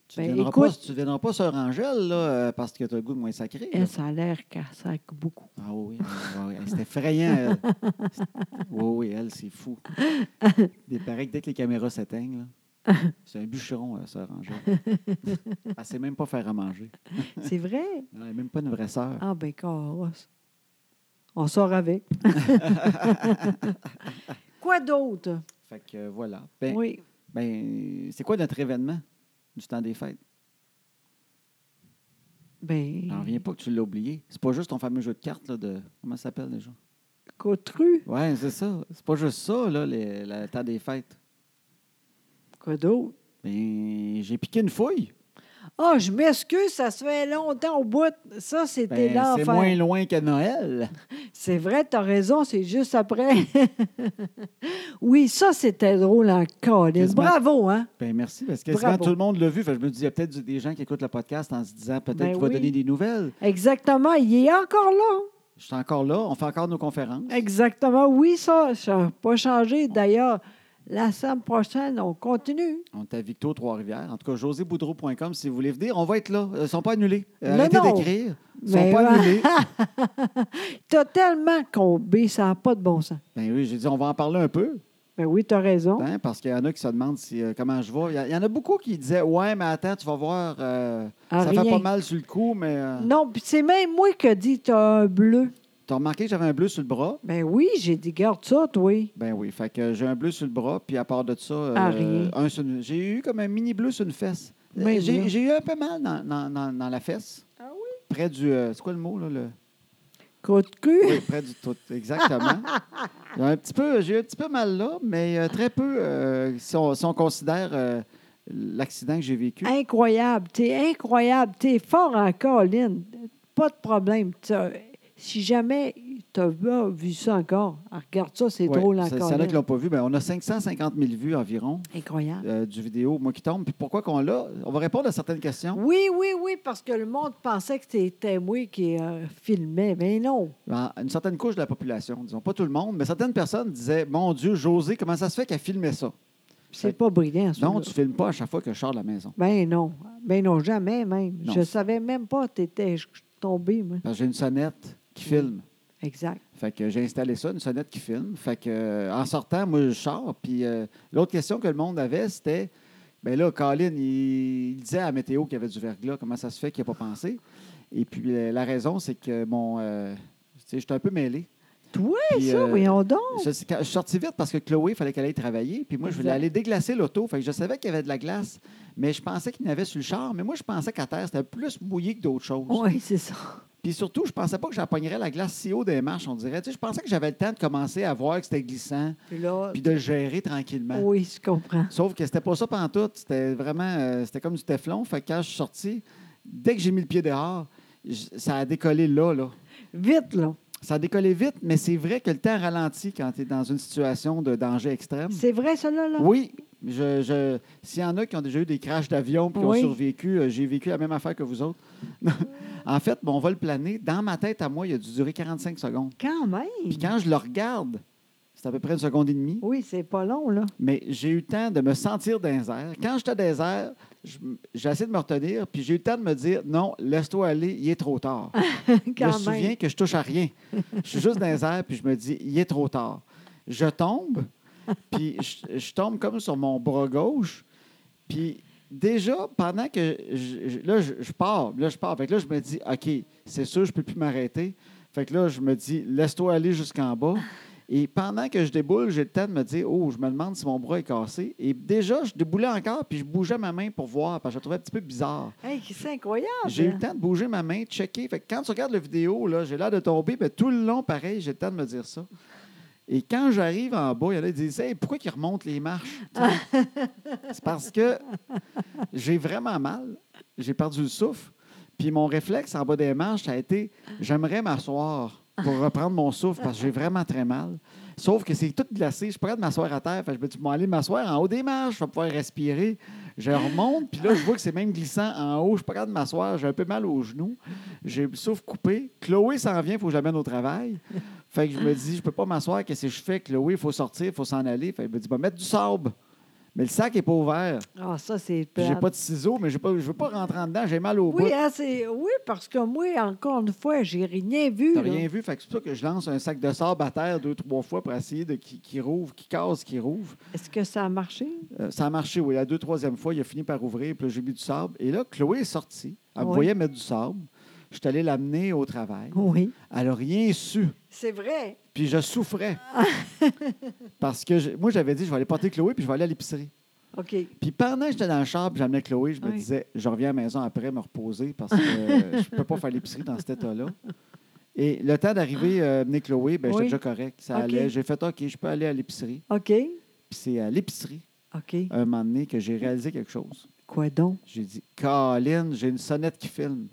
Tu ne Ben, deviendras, écoute- pas- tu deviendras pas sur Angèle là, euh, parce que tu as le goût de moins sacrer. là. Elle, Eh, ça a l'air qu'elle sac beaucoup. Ah oui, oui, oui, oui. Elle, c'est effrayant. elle. C'est- Oui, oui, elle, c'est fou. Il paraît que dès que les caméras s'éteignent, là, c'est un bûcheron, euh, sœur Angèle. elle ne sait même pas faire à manger. C'est vrai? Elle n'est même pas une vraie sœur. Ah, ben, carrosse. On sort avec. Quoi d'autre? Fait que euh, voilà. Ben, oui. ben, c'est quoi notre événement du temps des fêtes? J'en Ben, reviens pas que tu l'as oublié. C'est pas juste ton fameux jeu de cartes là, de. Comment ça s'appelle déjà? Cotru. Ouais, c'est ça. C'est pas juste ça, là, les- le temps des fêtes. Quoi d'autre? Ben, j'ai piqué une fouille. Ah, je m'excuse, ça se fait longtemps au bout. Ça, c'était Ben, c'est l'enfer. moins loin que Noël. C'est vrai, t'as raison, c'est juste après. oui, ça, c'était drôle en calice. Quasiment- Bravo, hein? Ben, merci, parce que quasiment Bravo. tout le monde l'a vu. Fait que je me dis, il y a peut-être du- des gens qui écoutent le podcast en se disant peut-être Ben qu'il va oui. donner des nouvelles. Exactement, il est encore là. Je suis encore là, on fait encore nos conférences. Exactement, oui, ça, ça n'a pas changé. D'ailleurs, la semaine prochaine, on continue. On est à Victo Trois-Rivières. En tout cas, joséboudreau.com si vous voulez venir. On va être là. Ils ne sont pas annulés. Euh, Non, Arrêtez non. d'écrire. Ils ne sont Mais pas ouais. annulés. T'as tellement combé, ça n'a pas de bon sens. Ben oui, j'ai dit, on va en parler un peu. Ben oui, t'as raison. Hein, parce qu'il y en a qui se demandent si, euh, comment je vais. Il y a- Il y, en a beaucoup qui disaient Ouais, mais attends, tu vas voir, euh, Ah, ça fait rien. pas mal sur le coup, mais euh, Non, puis c'est même moi qui ai dit t'as un bleu. t'as remarqué que j'avais un bleu sur le bras. Ben oui, j'ai dit garde ça, toi. Ben oui, fait que j'ai un bleu sur le bras, puis à part de ça, euh, Ah, rien. un sur une- j'ai eu comme un mini bleu sur une fesse. Euh, Ben j'ai là. j'ai eu un peu mal dans, dans- dans- dans la fesse. Ah oui? Près du. euh, c'est quoi le mot, là? Le... Coup de cul. Oui, près du tout. Exactement. J'ai un petit peu- J'ai eu un petit peu mal là, mais euh, très peu euh, si, on, si on considère euh, l'accident que j'ai vécu. Ah, Incroyable, t'es incroyable, t'es fort en colline. Pas de problème. T'as- Si jamais t'as vu, vu ça encore? Ah, regarde ça, c'est Ouais, drôle c'est- encore. C'est là là. qui l'ont pas vu. Ben, on a 550 000 vues environ Incroyable. euh, du vidéo Moi qui tombe. Puis pourquoi qu'on l'a? On va répondre à certaines questions. Oui, oui, oui, parce que le monde pensait que c'était moi qui euh, filmais, mais non. Ben, une certaine couche de la population, disons pas tout le monde, mais certaines personnes disaient Mon Dieu, José, comment ça se fait qu'elle filmait ça? C'est pas brillant, ça. Non, tu filmes pas à chaque fois que je sors de la maison. Ben non. Ben non, jamais même. Non. Je savais même pas que t'étais tombé, moi. Parce que j'ai une sonnette qui filme. Exact. Fait que j'ai installé ça, une sonnette qui filme. Fait que euh, en sortant, moi, je sors. Puis euh, l'autre question que le monde avait, c'était ben là, Colin, il, il disait à la météo qu'il y avait du verglas, comment ça se fait qu'il n'a pas pensé. Et puis euh, la raison, c'est que mon. euh, tu sais, j'étais un peu mêlé. Toi, Puis, ça, euh, voyons donc. Ça, c'est quand- Je suis sorti vite parce que Chloé, il fallait qu'elle aille travailler. Puis moi, je voulais Exact. aller déglacer l'auto. Fait que je savais qu'il y avait de la glace, mais je pensais qu'il y en avait sur le char. Mais moi, je pensais qu'à terre, c'était plus mouillé que d'autres choses. Oui, c'est ça. Puis surtout, je pensais pas que j'appognerais la glace si haut des marches, on dirait. Tu sais, je pensais que j'avais le temps de commencer à voir que c'était glissant, Puis là, puis de le gérer tranquillement. oui, je comprends. Sauf que c'était pas ça pantoute. C'était vraiment, euh, c'était comme du teflon. Fait que quand je suis sorti, dès que j'ai mis le pied dehors, j- ça a décollé là, là. Vite, là. Ça a décollé vite, mais c'est vrai que le temps ralentit quand tu es dans une situation de danger extrême. C'est vrai, ça, là? là? Oui, je, je- s'il y en a qui ont déjà eu des crashs d'avion puis qui Oui. ont survécu, euh, j'ai vécu la même affaire que vous autres. en fait, mon vol plané, dans ma tête à moi, il a dû durer 45 secondes. Quand même. Puis quand je le regarde, c'est à peu près une seconde et demie, Oui, c'est pas long, là. mais j'ai eu le temps de me sentir dans les airs. Quand j'étais dans les airs, je- j'ai essayé de me retenir, puis j'ai eu le temps de me dire non, laisse-toi aller, il est trop tard. je me Quand même. souviens que je touche à rien. Je suis juste dans les airs, puis je me dis, il est trop tard. Je tombe, puis je, je tombe comme sur mon bras gauche. Puis déjà, pendant que je, je- là, je, je pars, là, je pars. Fait que là, je me dis, OK, c'est sûr, je peux plus m'arrêter. Fait que là, je me dis, laisse-toi aller jusqu'en bas. Et pendant que je déboule, j'ai le temps de me dire, oh, je me demande si mon bras est cassé. Et déjà, je déboulais encore, puis je bougeais ma main pour voir, parce que je la trouvais un petit peu bizarre. Hey, c'est incroyable. J'ai eu le temps de bouger ma main, de checker. Fait que quand tu regardes la vidéo, là, j'ai l'air de tomber, mais tout le long, pareil, j'ai le temps de me dire ça. Et quand j'arrive en bas, il y en a qui disent Hey, pourquoi ils remontent les marches? Tu sais, C'est parce que j'ai vraiment mal, j'ai perdu le souffle. Puis mon réflexe en bas des marches, ça a été J'aimerais m'asseoir pour reprendre mon souffle parce que j'ai vraiment très mal. Sauf que c'est tout glacé. Je suis pas capable de m'asseoir à terre. Fait que je me dis, bon, aller m'asseoir en haut des marches, je vais pouvoir respirer. Je remonte, puis là, je vois que c'est même glissant en haut. Je suis pas capable de m'asseoir. J'ai un peu mal aux genoux. J'ai le souffle coupé. Chloé s'en vient, il faut que j'amène au travail. Fait que je me dis, je peux pas m'asseoir. Qu'est-ce que je fais? Chloé, il faut sortir, il faut s'en aller. Fait que je me dis, bah, mettre du sable. Mais le sac est pas ouvert. Ah, ça, c'est Puis J'ai plate. pas de ciseaux, mais j'ai pas, je veux pas rentrer en dedans. J'ai mal au bout. Oui, hein, c'est- oui, parce que moi, encore une fois, j'ai rien vu. T'as là. rien vu, fait que c'est pour ça que je lance un sac de sable à terre deux, trois fois pour essayer de qui, qui rouvre, qui casse, qui rouvre. Est-ce que ça a marché? Euh, ça a marché, oui. La deux, troisième fois, il a fini par ouvrir, puis là, j'ai mis du sable. Et là, Chloé est sortie. Elle me Oui. voyait mettre du sable. Je suis allé l'amener au travail. Oui. Elle n'a rien su. C'est vrai. Puis je souffrais. Parce que je- moi, j'avais dit, je vais aller porter Chloé, puis je vais aller à l'épicerie. OK. Puis pendant que j'étais dans le char, puis j'amenais Chloé, je me Oui. disais, je reviens à la maison après me reposer parce que euh, je peux pas faire l'épicerie dans cet état-là. Et le temps d'arriver, euh, mener Chloé, ben, j'étais Oui. déjà correct. Ça OK. allait. J'ai fait OK, je peux aller à l'épicerie. OK. Puis c'est à l'épicerie, OK. un moment donné, que j'ai réalisé quelque chose. Quoi donc? J'ai dit, Colin, j'ai une sonnette qui filme.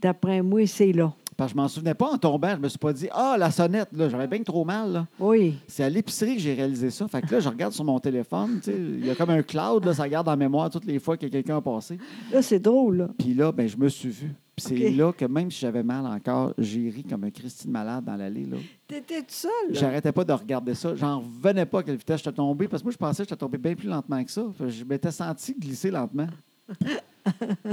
D'après moi, c'est là. Parce que je m'en souvenais pas en tombant. Je me suis pas dit, ah, la sonnette, là, j'avais bien trop mal. là. Oui. C'est à l'épicerie que j'ai réalisé ça. Fait que là, je regarde sur mon téléphone. tu sais, Il y a comme un cloud, là, ça garde en mémoire toutes les fois que quelqu'un a passé. Là, c'est drôle, là. Puis là, ben, je me suis vu. Puis c'est OK. là que même si j'avais mal encore, j'ai ri comme un Christine malade dans l'allée. là. T'étais tout seul, là. J'arrêtais pas de regarder ça. J'en revenais pas à quelle vitesse j'étais tombé parce que moi, je pensais que j'étais tombé bien plus lentement que ça. Fait que je m'étais senti glisser lentement.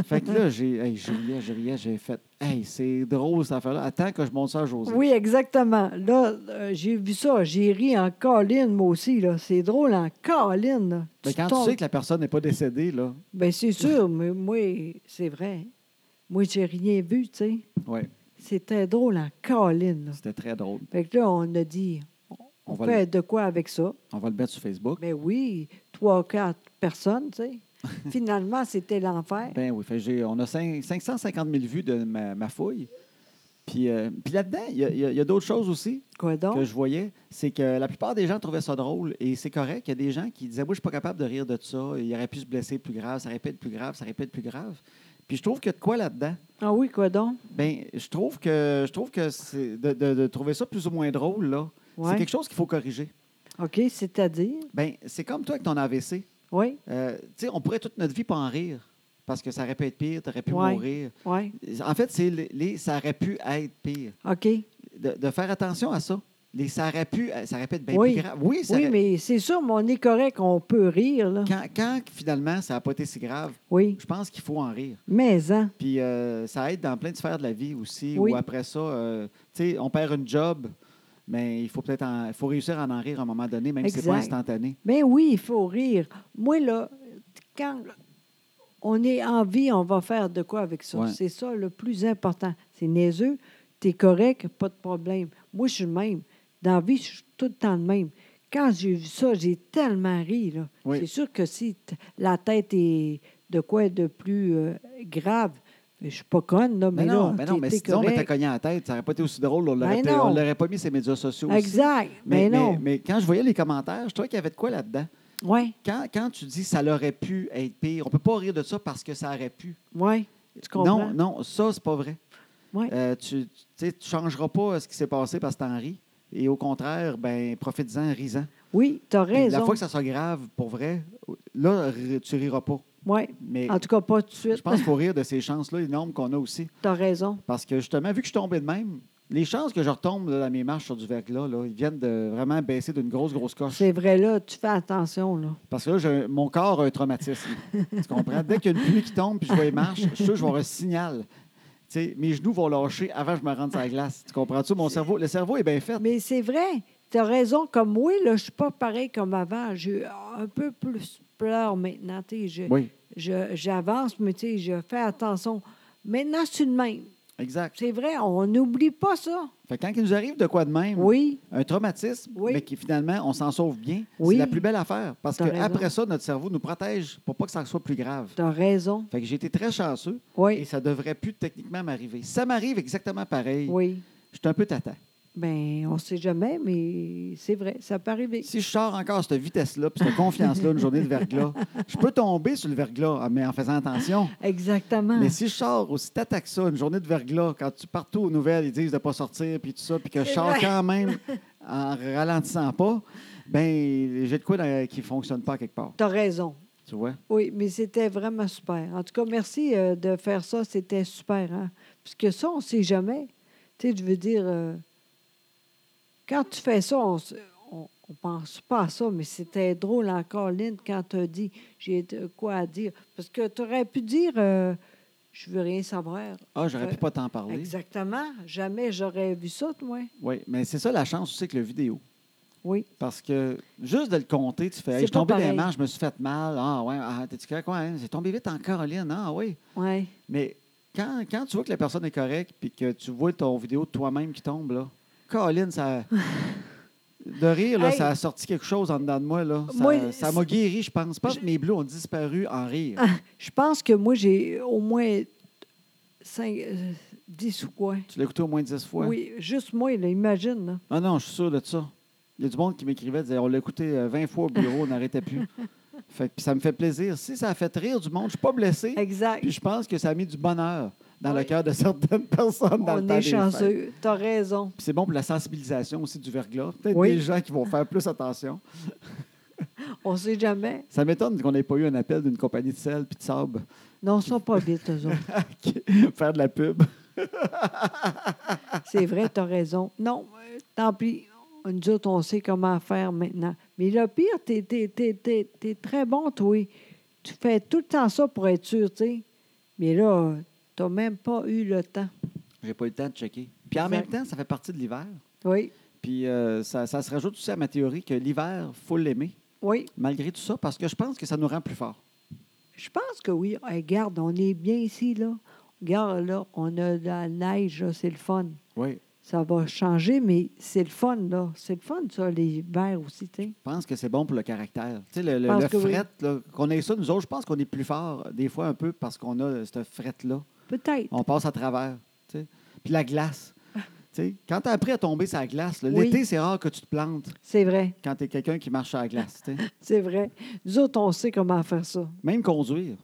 fait que là, j'ai hey, je riais, je riais, j'ai fait Hey, c'est drôle cette affaire-là. Attends que je monte ça à José. Oui, exactement. Là, euh, j'ai vu ça. J'ai ri en colline, moi aussi, là. C'est drôle, en colline, là. Mais quand tombes- tu sais que la personne n'est pas décédée, là, Ben, c'est sûr, mais moi, c'est vrai. Moi, j'ai rien vu, tu sais. ouais, C'était drôle en colline, là. c'était très drôle. Fait que là, on a dit, On on va, fait le, de quoi avec ça? on va le mettre sur Facebook. Ben oui, trois, quatre personnes, tu sais. Finalement, c'était l'enfer. Ben oui, fait que j'ai- on a cinq- 550 000 vues de ma, ma fouille. Puis, euh, puis là-dedans, il y a, il y a- il y a d'autres choses aussi Quoi que donc? je voyais. C'est que la plupart des gens trouvaient ça drôle et c'est correct. Il y a des gens qui disaient Moi, je suis pas capable de rire de ça. Il aurait pu se blesser plus grave, ça aurait pu être plus grave, ça aurait pu être plus grave. Puis je trouve qu'il y a de quoi là-dedans. Ah oui, quoi donc? Ben, je trouve que je trouve que c'est de, de- de trouver ça plus ou moins drôle, là. Ouais. C'est quelque chose qu'il faut corriger. OK, c'est-à-dire? Ben, c'est comme toi avec ton AVC. Oui, Euh, tu sais, on pourrait toute notre vie pas en rire parce que ça aurait pu être pire, t'aurais pu Ouais. mourir. oui. En fait, c'est les, les ça aurait pu être pire. OK. De, de faire attention à ça. Les ça aurait pu, euh, ça aurait pu être bien Oui. plus grave. Oui, ça Oui, aurait- mais c'est sûr, mais on est correct, on peut rire, là. quand, quand finalement ça n'a pas été si grave, Oui, je pense qu'il faut en rire. mais hein. Puis euh, ça aide dans plein de sphères de la vie aussi, Oui. où après ça, euh, tu sais, on perd une job, mais il faut peut-être en- il faut réussir à en rire à un moment donné, même si c'est pas Exact. instantané. Ben oui, il faut rire. Moi, là, quand on est en vie, on va faire de quoi avec ça. Ouais. C'est ça le plus important. C'est niaiseux, t'es correct, pas de problème. Moi, je suis le même. Dans la vie, je suis tout le temps le même. Quand j'ai vu ça, j'ai tellement ri. Là. Oui. C'est sûr que si t- la tête est de quoi de plus euh, grave, je suis pas conne, là, mais, Mais, non, là, mais non, t'es- mais t'es sinon, on m'était correct. cogné à la tête, ça n'aurait pas été aussi drôle, on l'aurait Ben été- non. on l'aurait pas mis ses médias sociaux aussi. Exact. Mais, Mais, non. mais- mais quand je voyais les commentaires, je trouvais qu'il y avait de quoi là-dedans. Oui, Quand, quand tu dis ça l'aurait pu être pire, on peut pas rire de ça parce que ça aurait pu. oui. Tu comprends? Non, non, ça, c'est pas vrai. Ouais. Euh, tu ne changeras pas euh, ce qui s'est passé parce que t'en ris. Et au contraire, ben, profites-en, risant. Oui, tu as Puis raison. La fois que ça soit grave, pour vrai, là, ri- tu riras pas. Ouais. Mais En tout cas, pas tout de suite. je pense qu'il faut rire de ces chances-là énormes qu'on a aussi. T'as raison. Parce que justement, vu que je suis tombé de même, les chances que je retombe là, dans mes marches sur du verglas, là, ils viennent de vraiment baisser d'une grosse, grosse coche. C'est vrai, là, tu fais attention, là. Parce que là, j'ai un- mon corps a un traumatisme. tu comprends? Dès qu'il y a une pluie qui tombe puis je vois les marches, je suis sûr que je vais avoir un signal. Tu sais, mes genoux vont lâcher avant que je me rende sur la glace. Tu comprends-tu? Mon cerveau, le cerveau est bien fait. Mais c'est vrai, t'as raison. Comme moi, là, je suis pas pareil comme avant. J'ai un peu plus peur maintenant, tu sais. je- Oui, je- J'avance, mais tu sais, je fais attention. Maintenant, c'est le même. exact. C'est vrai, on n'oublie pas ça. Fait que quand il nous arrive de quoi de même, Oui, un traumatisme, Oui. mais qui finalement, on s'en sauve bien, Oui. c'est la plus belle affaire. Parce T'as raison. qu'après ça, notre cerveau nous protège pour pas que ça soit plus grave. t'as raison. Fait que j'ai été très chanceux et Oui, ça devrait plus techniquement m'arriver. Ça m'arrive exactement pareil. oui. Je suis un peu tata. Bien, on sait jamais, mais c'est vrai, ça peut arriver. Si je sors encore à cette vitesse-là, puis cette confiance-là, une journée de verglas, je peux tomber sur le verglas, ah, mais en faisant attention. Exactement. Mais si je sors aussi tata que ça, une journée de verglas, quand tu partout aux nouvelles, ils disent de ne pas sortir, puis tout ça, puis que je C'est sors vrai. quand même en ralentissant pas, ben j'ai de quoi dans- qui ne fonctionne pas quelque part. T'as raison. Tu vois? Oui, mais c'était vraiment super. En tout cas, merci euh, de faire ça. C'était super. Hein? Parce que ça, on ne sait jamais. Tu sais, je veux dire, euh, quand tu fais ça, on s- on ne pense pas à ça, mais c'était drôle encore, Lynn, quand tu as dit j'ai de quoi à dire. Parce que tu aurais pu dire euh, je veux rien savoir. Ah, j'aurais pu Euh, pas t'en parler. Exactement. Jamais j'aurais vu ça, toi. Oui, mais c'est ça la chance aussi avec le vidéo. Oui. Parce que juste de le compter, tu C'est fais, hey, je suis pas tombé dans les pareil. marches, je me suis fait mal. Ah ouais, ah, t'es-tu correct? Ouais, hein, j'ai tombé vite en Caroline. Ah oui. Oui. Mais quand, quand tu vois que la personne est correcte puis que tu vois ton vidéo de toi-même qui tombe, là, Caroline, ça. De rire, là, Hey. ça a sorti quelque chose en dedans de moi. Là. Ça, Moi, ça m'a guéri, je pense. Je pense que mes bleus ont disparu en rire. Je pense que moi, j'ai au moins cinq, euh, 10 ou quoi. Tu l'as écouté au moins dix fois. Oui, juste moi, là, imagine. là. Ah non, je suis sûr de ça. Il y a du monde qui m'écrivait, disait, on l'a écouté euh, 20 fois au bureau, on n'arrêtait plus. Fait que- puis ça me fait plaisir. Si ça a fait rire du monde, je suis pas blessé. Exact. Puis je pense que ça a mis du bonheur dans le Oui. cœur de certaines personnes dans le On temps est des fêtes. chanceux. T'as raison. Puis c'est bon pour la sensibilisation aussi du verglas. Peut-être Oui. des gens qui vont faire plus attention. On sait jamais. Ça m'étonne qu'on n'ait pas eu un appel d'une compagnie de sel puis de sable Non, ça pas vite, eux autres. qui- faire de la pub. C'est vrai, t'as raison. Non, euh, tant pis. Nous autres, on sait comment faire maintenant. Mais le pire, t'es, t'es, t'es- t'es- t'es très bon, toi. Tu fais tout le temps ça pour être sûr, tu sais. Mais là, euh, t'as même pas eu le temps. J'ai pas eu le temps de checker. Puis en Exact. même temps, ça fait partie de l'hiver. Oui, Puis euh, ça, ça se rajoute aussi à ma théorie que l'hiver, faut l'aimer. oui. malgré tout ça, parce que je pense que ça nous rend plus forts. Je pense que oui. Hey, Regarde, on est bien ici, là. Regarde, là, on a de la neige, là, c'est le fun. Oui. ça va changer, mais c'est le fun, là. C'est le fun, ça, l'hiver aussi, tu sais. Je pense que c'est bon pour le caractère. Tu sais, le, le- pense le que oui. fret, là, qu'on ait ça, nous autres, je pense qu'on est plus forts, euh, des fois, un peu, parce qu'on a euh, ce fret-là. Peut-être. On passe à travers. tu sais. Puis la glace. Tu sais, quand tu as appris à tomber sur la glace, là, Oui. l'été, c'est rare que tu te plantes C'est vrai, quand tu es quelqu'un qui marche sur la glace. tu sais. c'est vrai. Nous autres, on sait comment faire ça. Même conduire.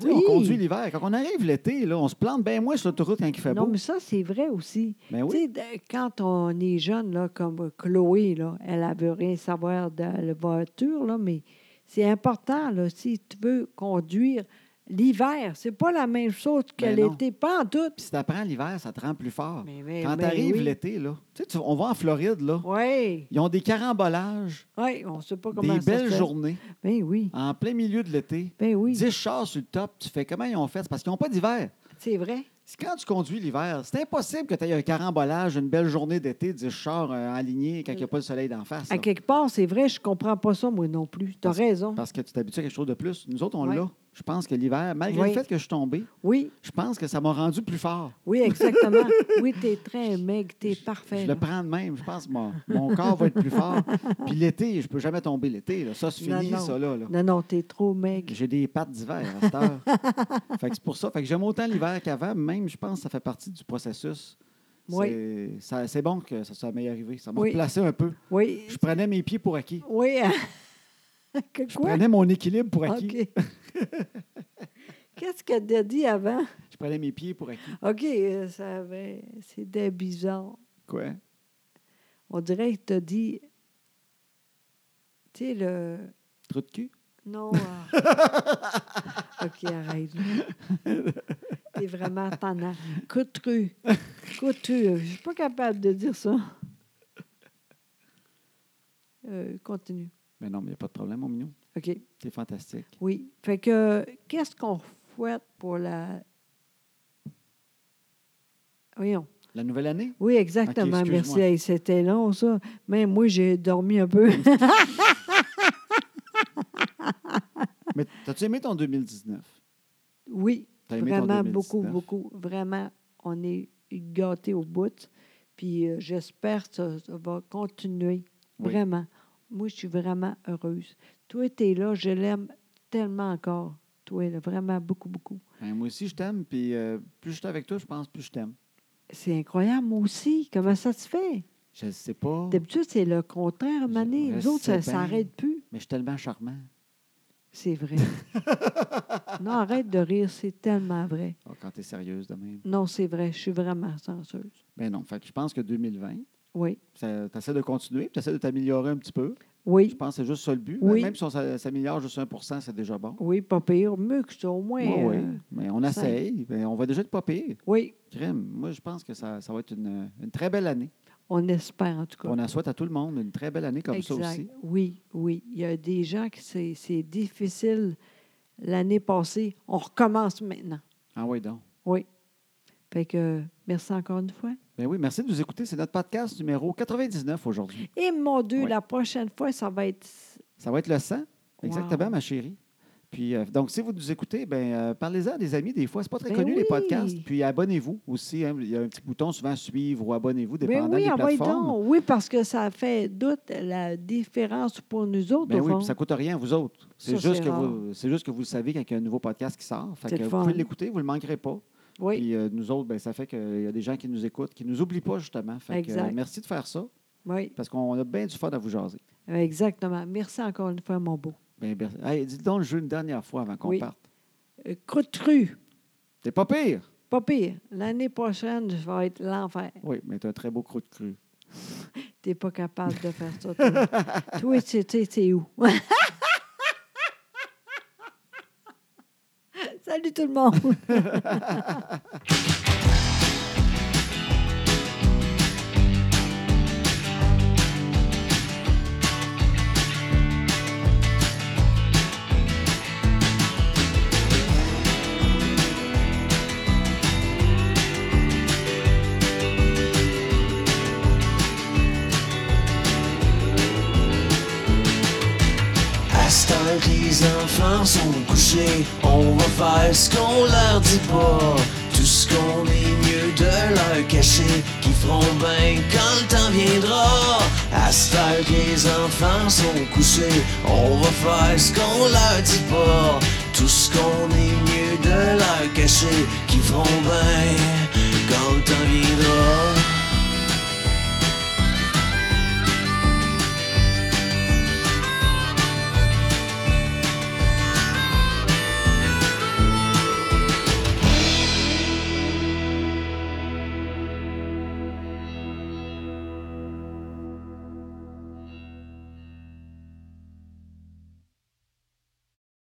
Tu sais, On conduit l'hiver. Quand on arrive l'été, là, on se plante bien moins sur l'autoroute quand il fait Non, beau. mais ça, c'est vrai aussi. Ben Tu oui. sais, de- quand on est jeune, là, comme Chloé, là, elle ne veut rien savoir de la voiture, là, mais c'est important là, si tu veux conduire l'hiver. C'est pas la même chose que Ben non. l'été, pas en tout. Puis si tu apprends l'hiver, ça te rend plus fort. Mais, mais, Quand mais t'arrives oui. l'été, là, tu sais, tu- on va en Floride, là. Oui, Ils ont des carambolages, oui, on ne sait pas comment ça des se belles fait. journées, Ben oui, en plein milieu de l'été. ben oui, 10 chars sur le top, tu fais comment ils ont fait? C'est parce qu'ils n'ont pas d'hiver. c'est vrai. C'est Quand tu conduis l'hiver, c'est impossible que tu aies un carambolage, une belle journée d'été, 10 chars euh, alignés quand il n'y a pas le soleil d'en face. À là. quelque part, c'est vrai, je comprends pas ça, moi non plus. Tu as Parce- raison. Parce que tu t'habitues à quelque chose de plus. Nous autres, on Ouais. l'a. Je pense que l'hiver, malgré Oui. le fait que je suis tombé, Oui, je pense que ça m'a rendu plus fort. oui, exactement. oui, tu es très maigre, tu es parfait. Je là. le prends de même. Je pense que mon, mon corps va être plus fort. Puis l'été, je peux jamais tomber l'été. là. Ça, c'est Non, fini, non. ça, là. là. Non, non, tu es trop maigre. J'ai des pattes d'hiver à cette heure. fait que c'est pour ça. Fait que j'aime autant l'hiver qu'avant. Même, je pense que ça fait partie du processus. Oui. C'est- ça- C'est bon que ça soit m'est arrivé. Ça m'a Oui. replacé un peu. Oui, Je prenais mes pieds pour acquis. Oui. que Je quoi? prenais mon équilibre pour acquis. OK. Qu'est-ce que t'as dit avant? Je prenais mes pieds pour acquis. OK, euh, ça avait- c'était bizarre. Quoi? On dirait que t'as dit... Tu sais, le... Trou de cul? Non. euh, OK, arrête. T'es vraiment tannant. Coutru. Coutru. Je suis pas capable de dire ça. Euh, continue. Mais Ben non, mais il n'y a pas de problème, mon mignon. OK. T'es fantastique. Oui. Fait que, qu'est-ce qu'on fouette pour la. Voyons. La nouvelle année? Oui, exactement. Ok, excuse-moi. Merci. Hey, C'était long, ça. Même moi, j'ai dormi un peu. Mais t'as-tu aimé ton 2019? oui, T'as aimé vraiment ton 2019? beaucoup, beaucoup. Vraiment, on est gâtés au bout. Puis euh, j'espère que ça, ça va continuer. Oui. Vraiment. Moi, je suis vraiment heureuse. Toi, t'es là. Je l'aime tellement encore. Toi, là, vraiment beaucoup, beaucoup. Ben, moi aussi, je t'aime. Puis euh, plus je suis avec toi, je pense, plus je t'aime. C'est incroyable, moi aussi. Comment ça se fait? Je ne sais pas, D'habitude, c'est le contraire, Mané. je Les autres, sais ça bien. s'arrête plus. mais je suis tellement charmant. C'est vrai. non, arrête de rire, c'est tellement vrai. Ah, quand t'es sérieuse de même. Non, c'est vrai, je suis vraiment chanceuse. Ben non, fait que je pense que 2020, Oui, tu essaies de continuer, tu essaies de t'améliorer un petit peu. Je oui, pense que c'est juste ça le but. Oui. Même si on s'a- s'améliore juste 1 c'est déjà bon. oui, pas pire, mieux que ça, au moins. Ouais, ouais. euh, Mais on ça- essaye. Ben, on va déjà être pas pire. oui, Crème, moi, je pense que ça, ça va être une, une très belle année. on espère en tout cas. On en souhaite à tout le monde une très belle année comme ça aussi. Oui, oui. Il y a des gens qui c'est c'est difficile l'année passée. On recommence maintenant. Ah oui, donc. Oui. Fait que merci encore une fois. Ben oui, merci de nous écouter. C'est notre podcast numéro 99 aujourd'hui. Et mon Dieu, Oui. la prochaine fois, ça va être. Ça va être le 100. Exactement, Wow. ma chérie. Puis, euh, donc, si vous nous écoutez, ben, euh, parlez-en à des amis. Des fois, c'est pas très Ben connu, les oui. podcasts. Puis, abonnez-vous aussi. hein. Il y a un petit bouton souvent suivre ou abonnez-vous, Ben dépendant oui, des envoyez plateformes. donc. Oui, parce que ça fait doute la différence pour nous autres. Ben au oui, fond. puis ça ne coûte rien à vous autres. C'est Ça, juste, c'est que rare. vous- c'est juste que vous le savez quand il y a un nouveau podcast qui sort. Fait C'est que le vous fun. pouvez l'écouter, vous ne le manquerez pas. oui. Puis euh, nous autres, ben, ça fait qu'il y a des gens qui nous écoutent, qui ne nous oublient pas justement. Fait que, euh, Exact. merci de faire ça oui, parce qu'on a bien du fun à vous jaser. exactement. Merci encore une fois, mon beau. Ben, ben, hey, dites donc le jeu une dernière fois avant qu'on Oui. parte. Euh, Croutru, T'es pas pire. pas pire. L'année prochaine, je vais être l'enfer. Oui, mais t'as un très beau croûte cru. T'es pas capable de faire ça. Toi, Toi, tu sais, c'est où? Salut tout le monde! À ce temps que les enfants sont couchés, on va faire ce qu'on leur dit pas. Tout ce qu'on est mieux de leur cacher, qui feront bien quand le temps viendra. À ce temps que les enfants sont couchés, on va faire ce qu'on leur dit pas. Tout ce qu'on est mieux de leur cacher, qui feront bien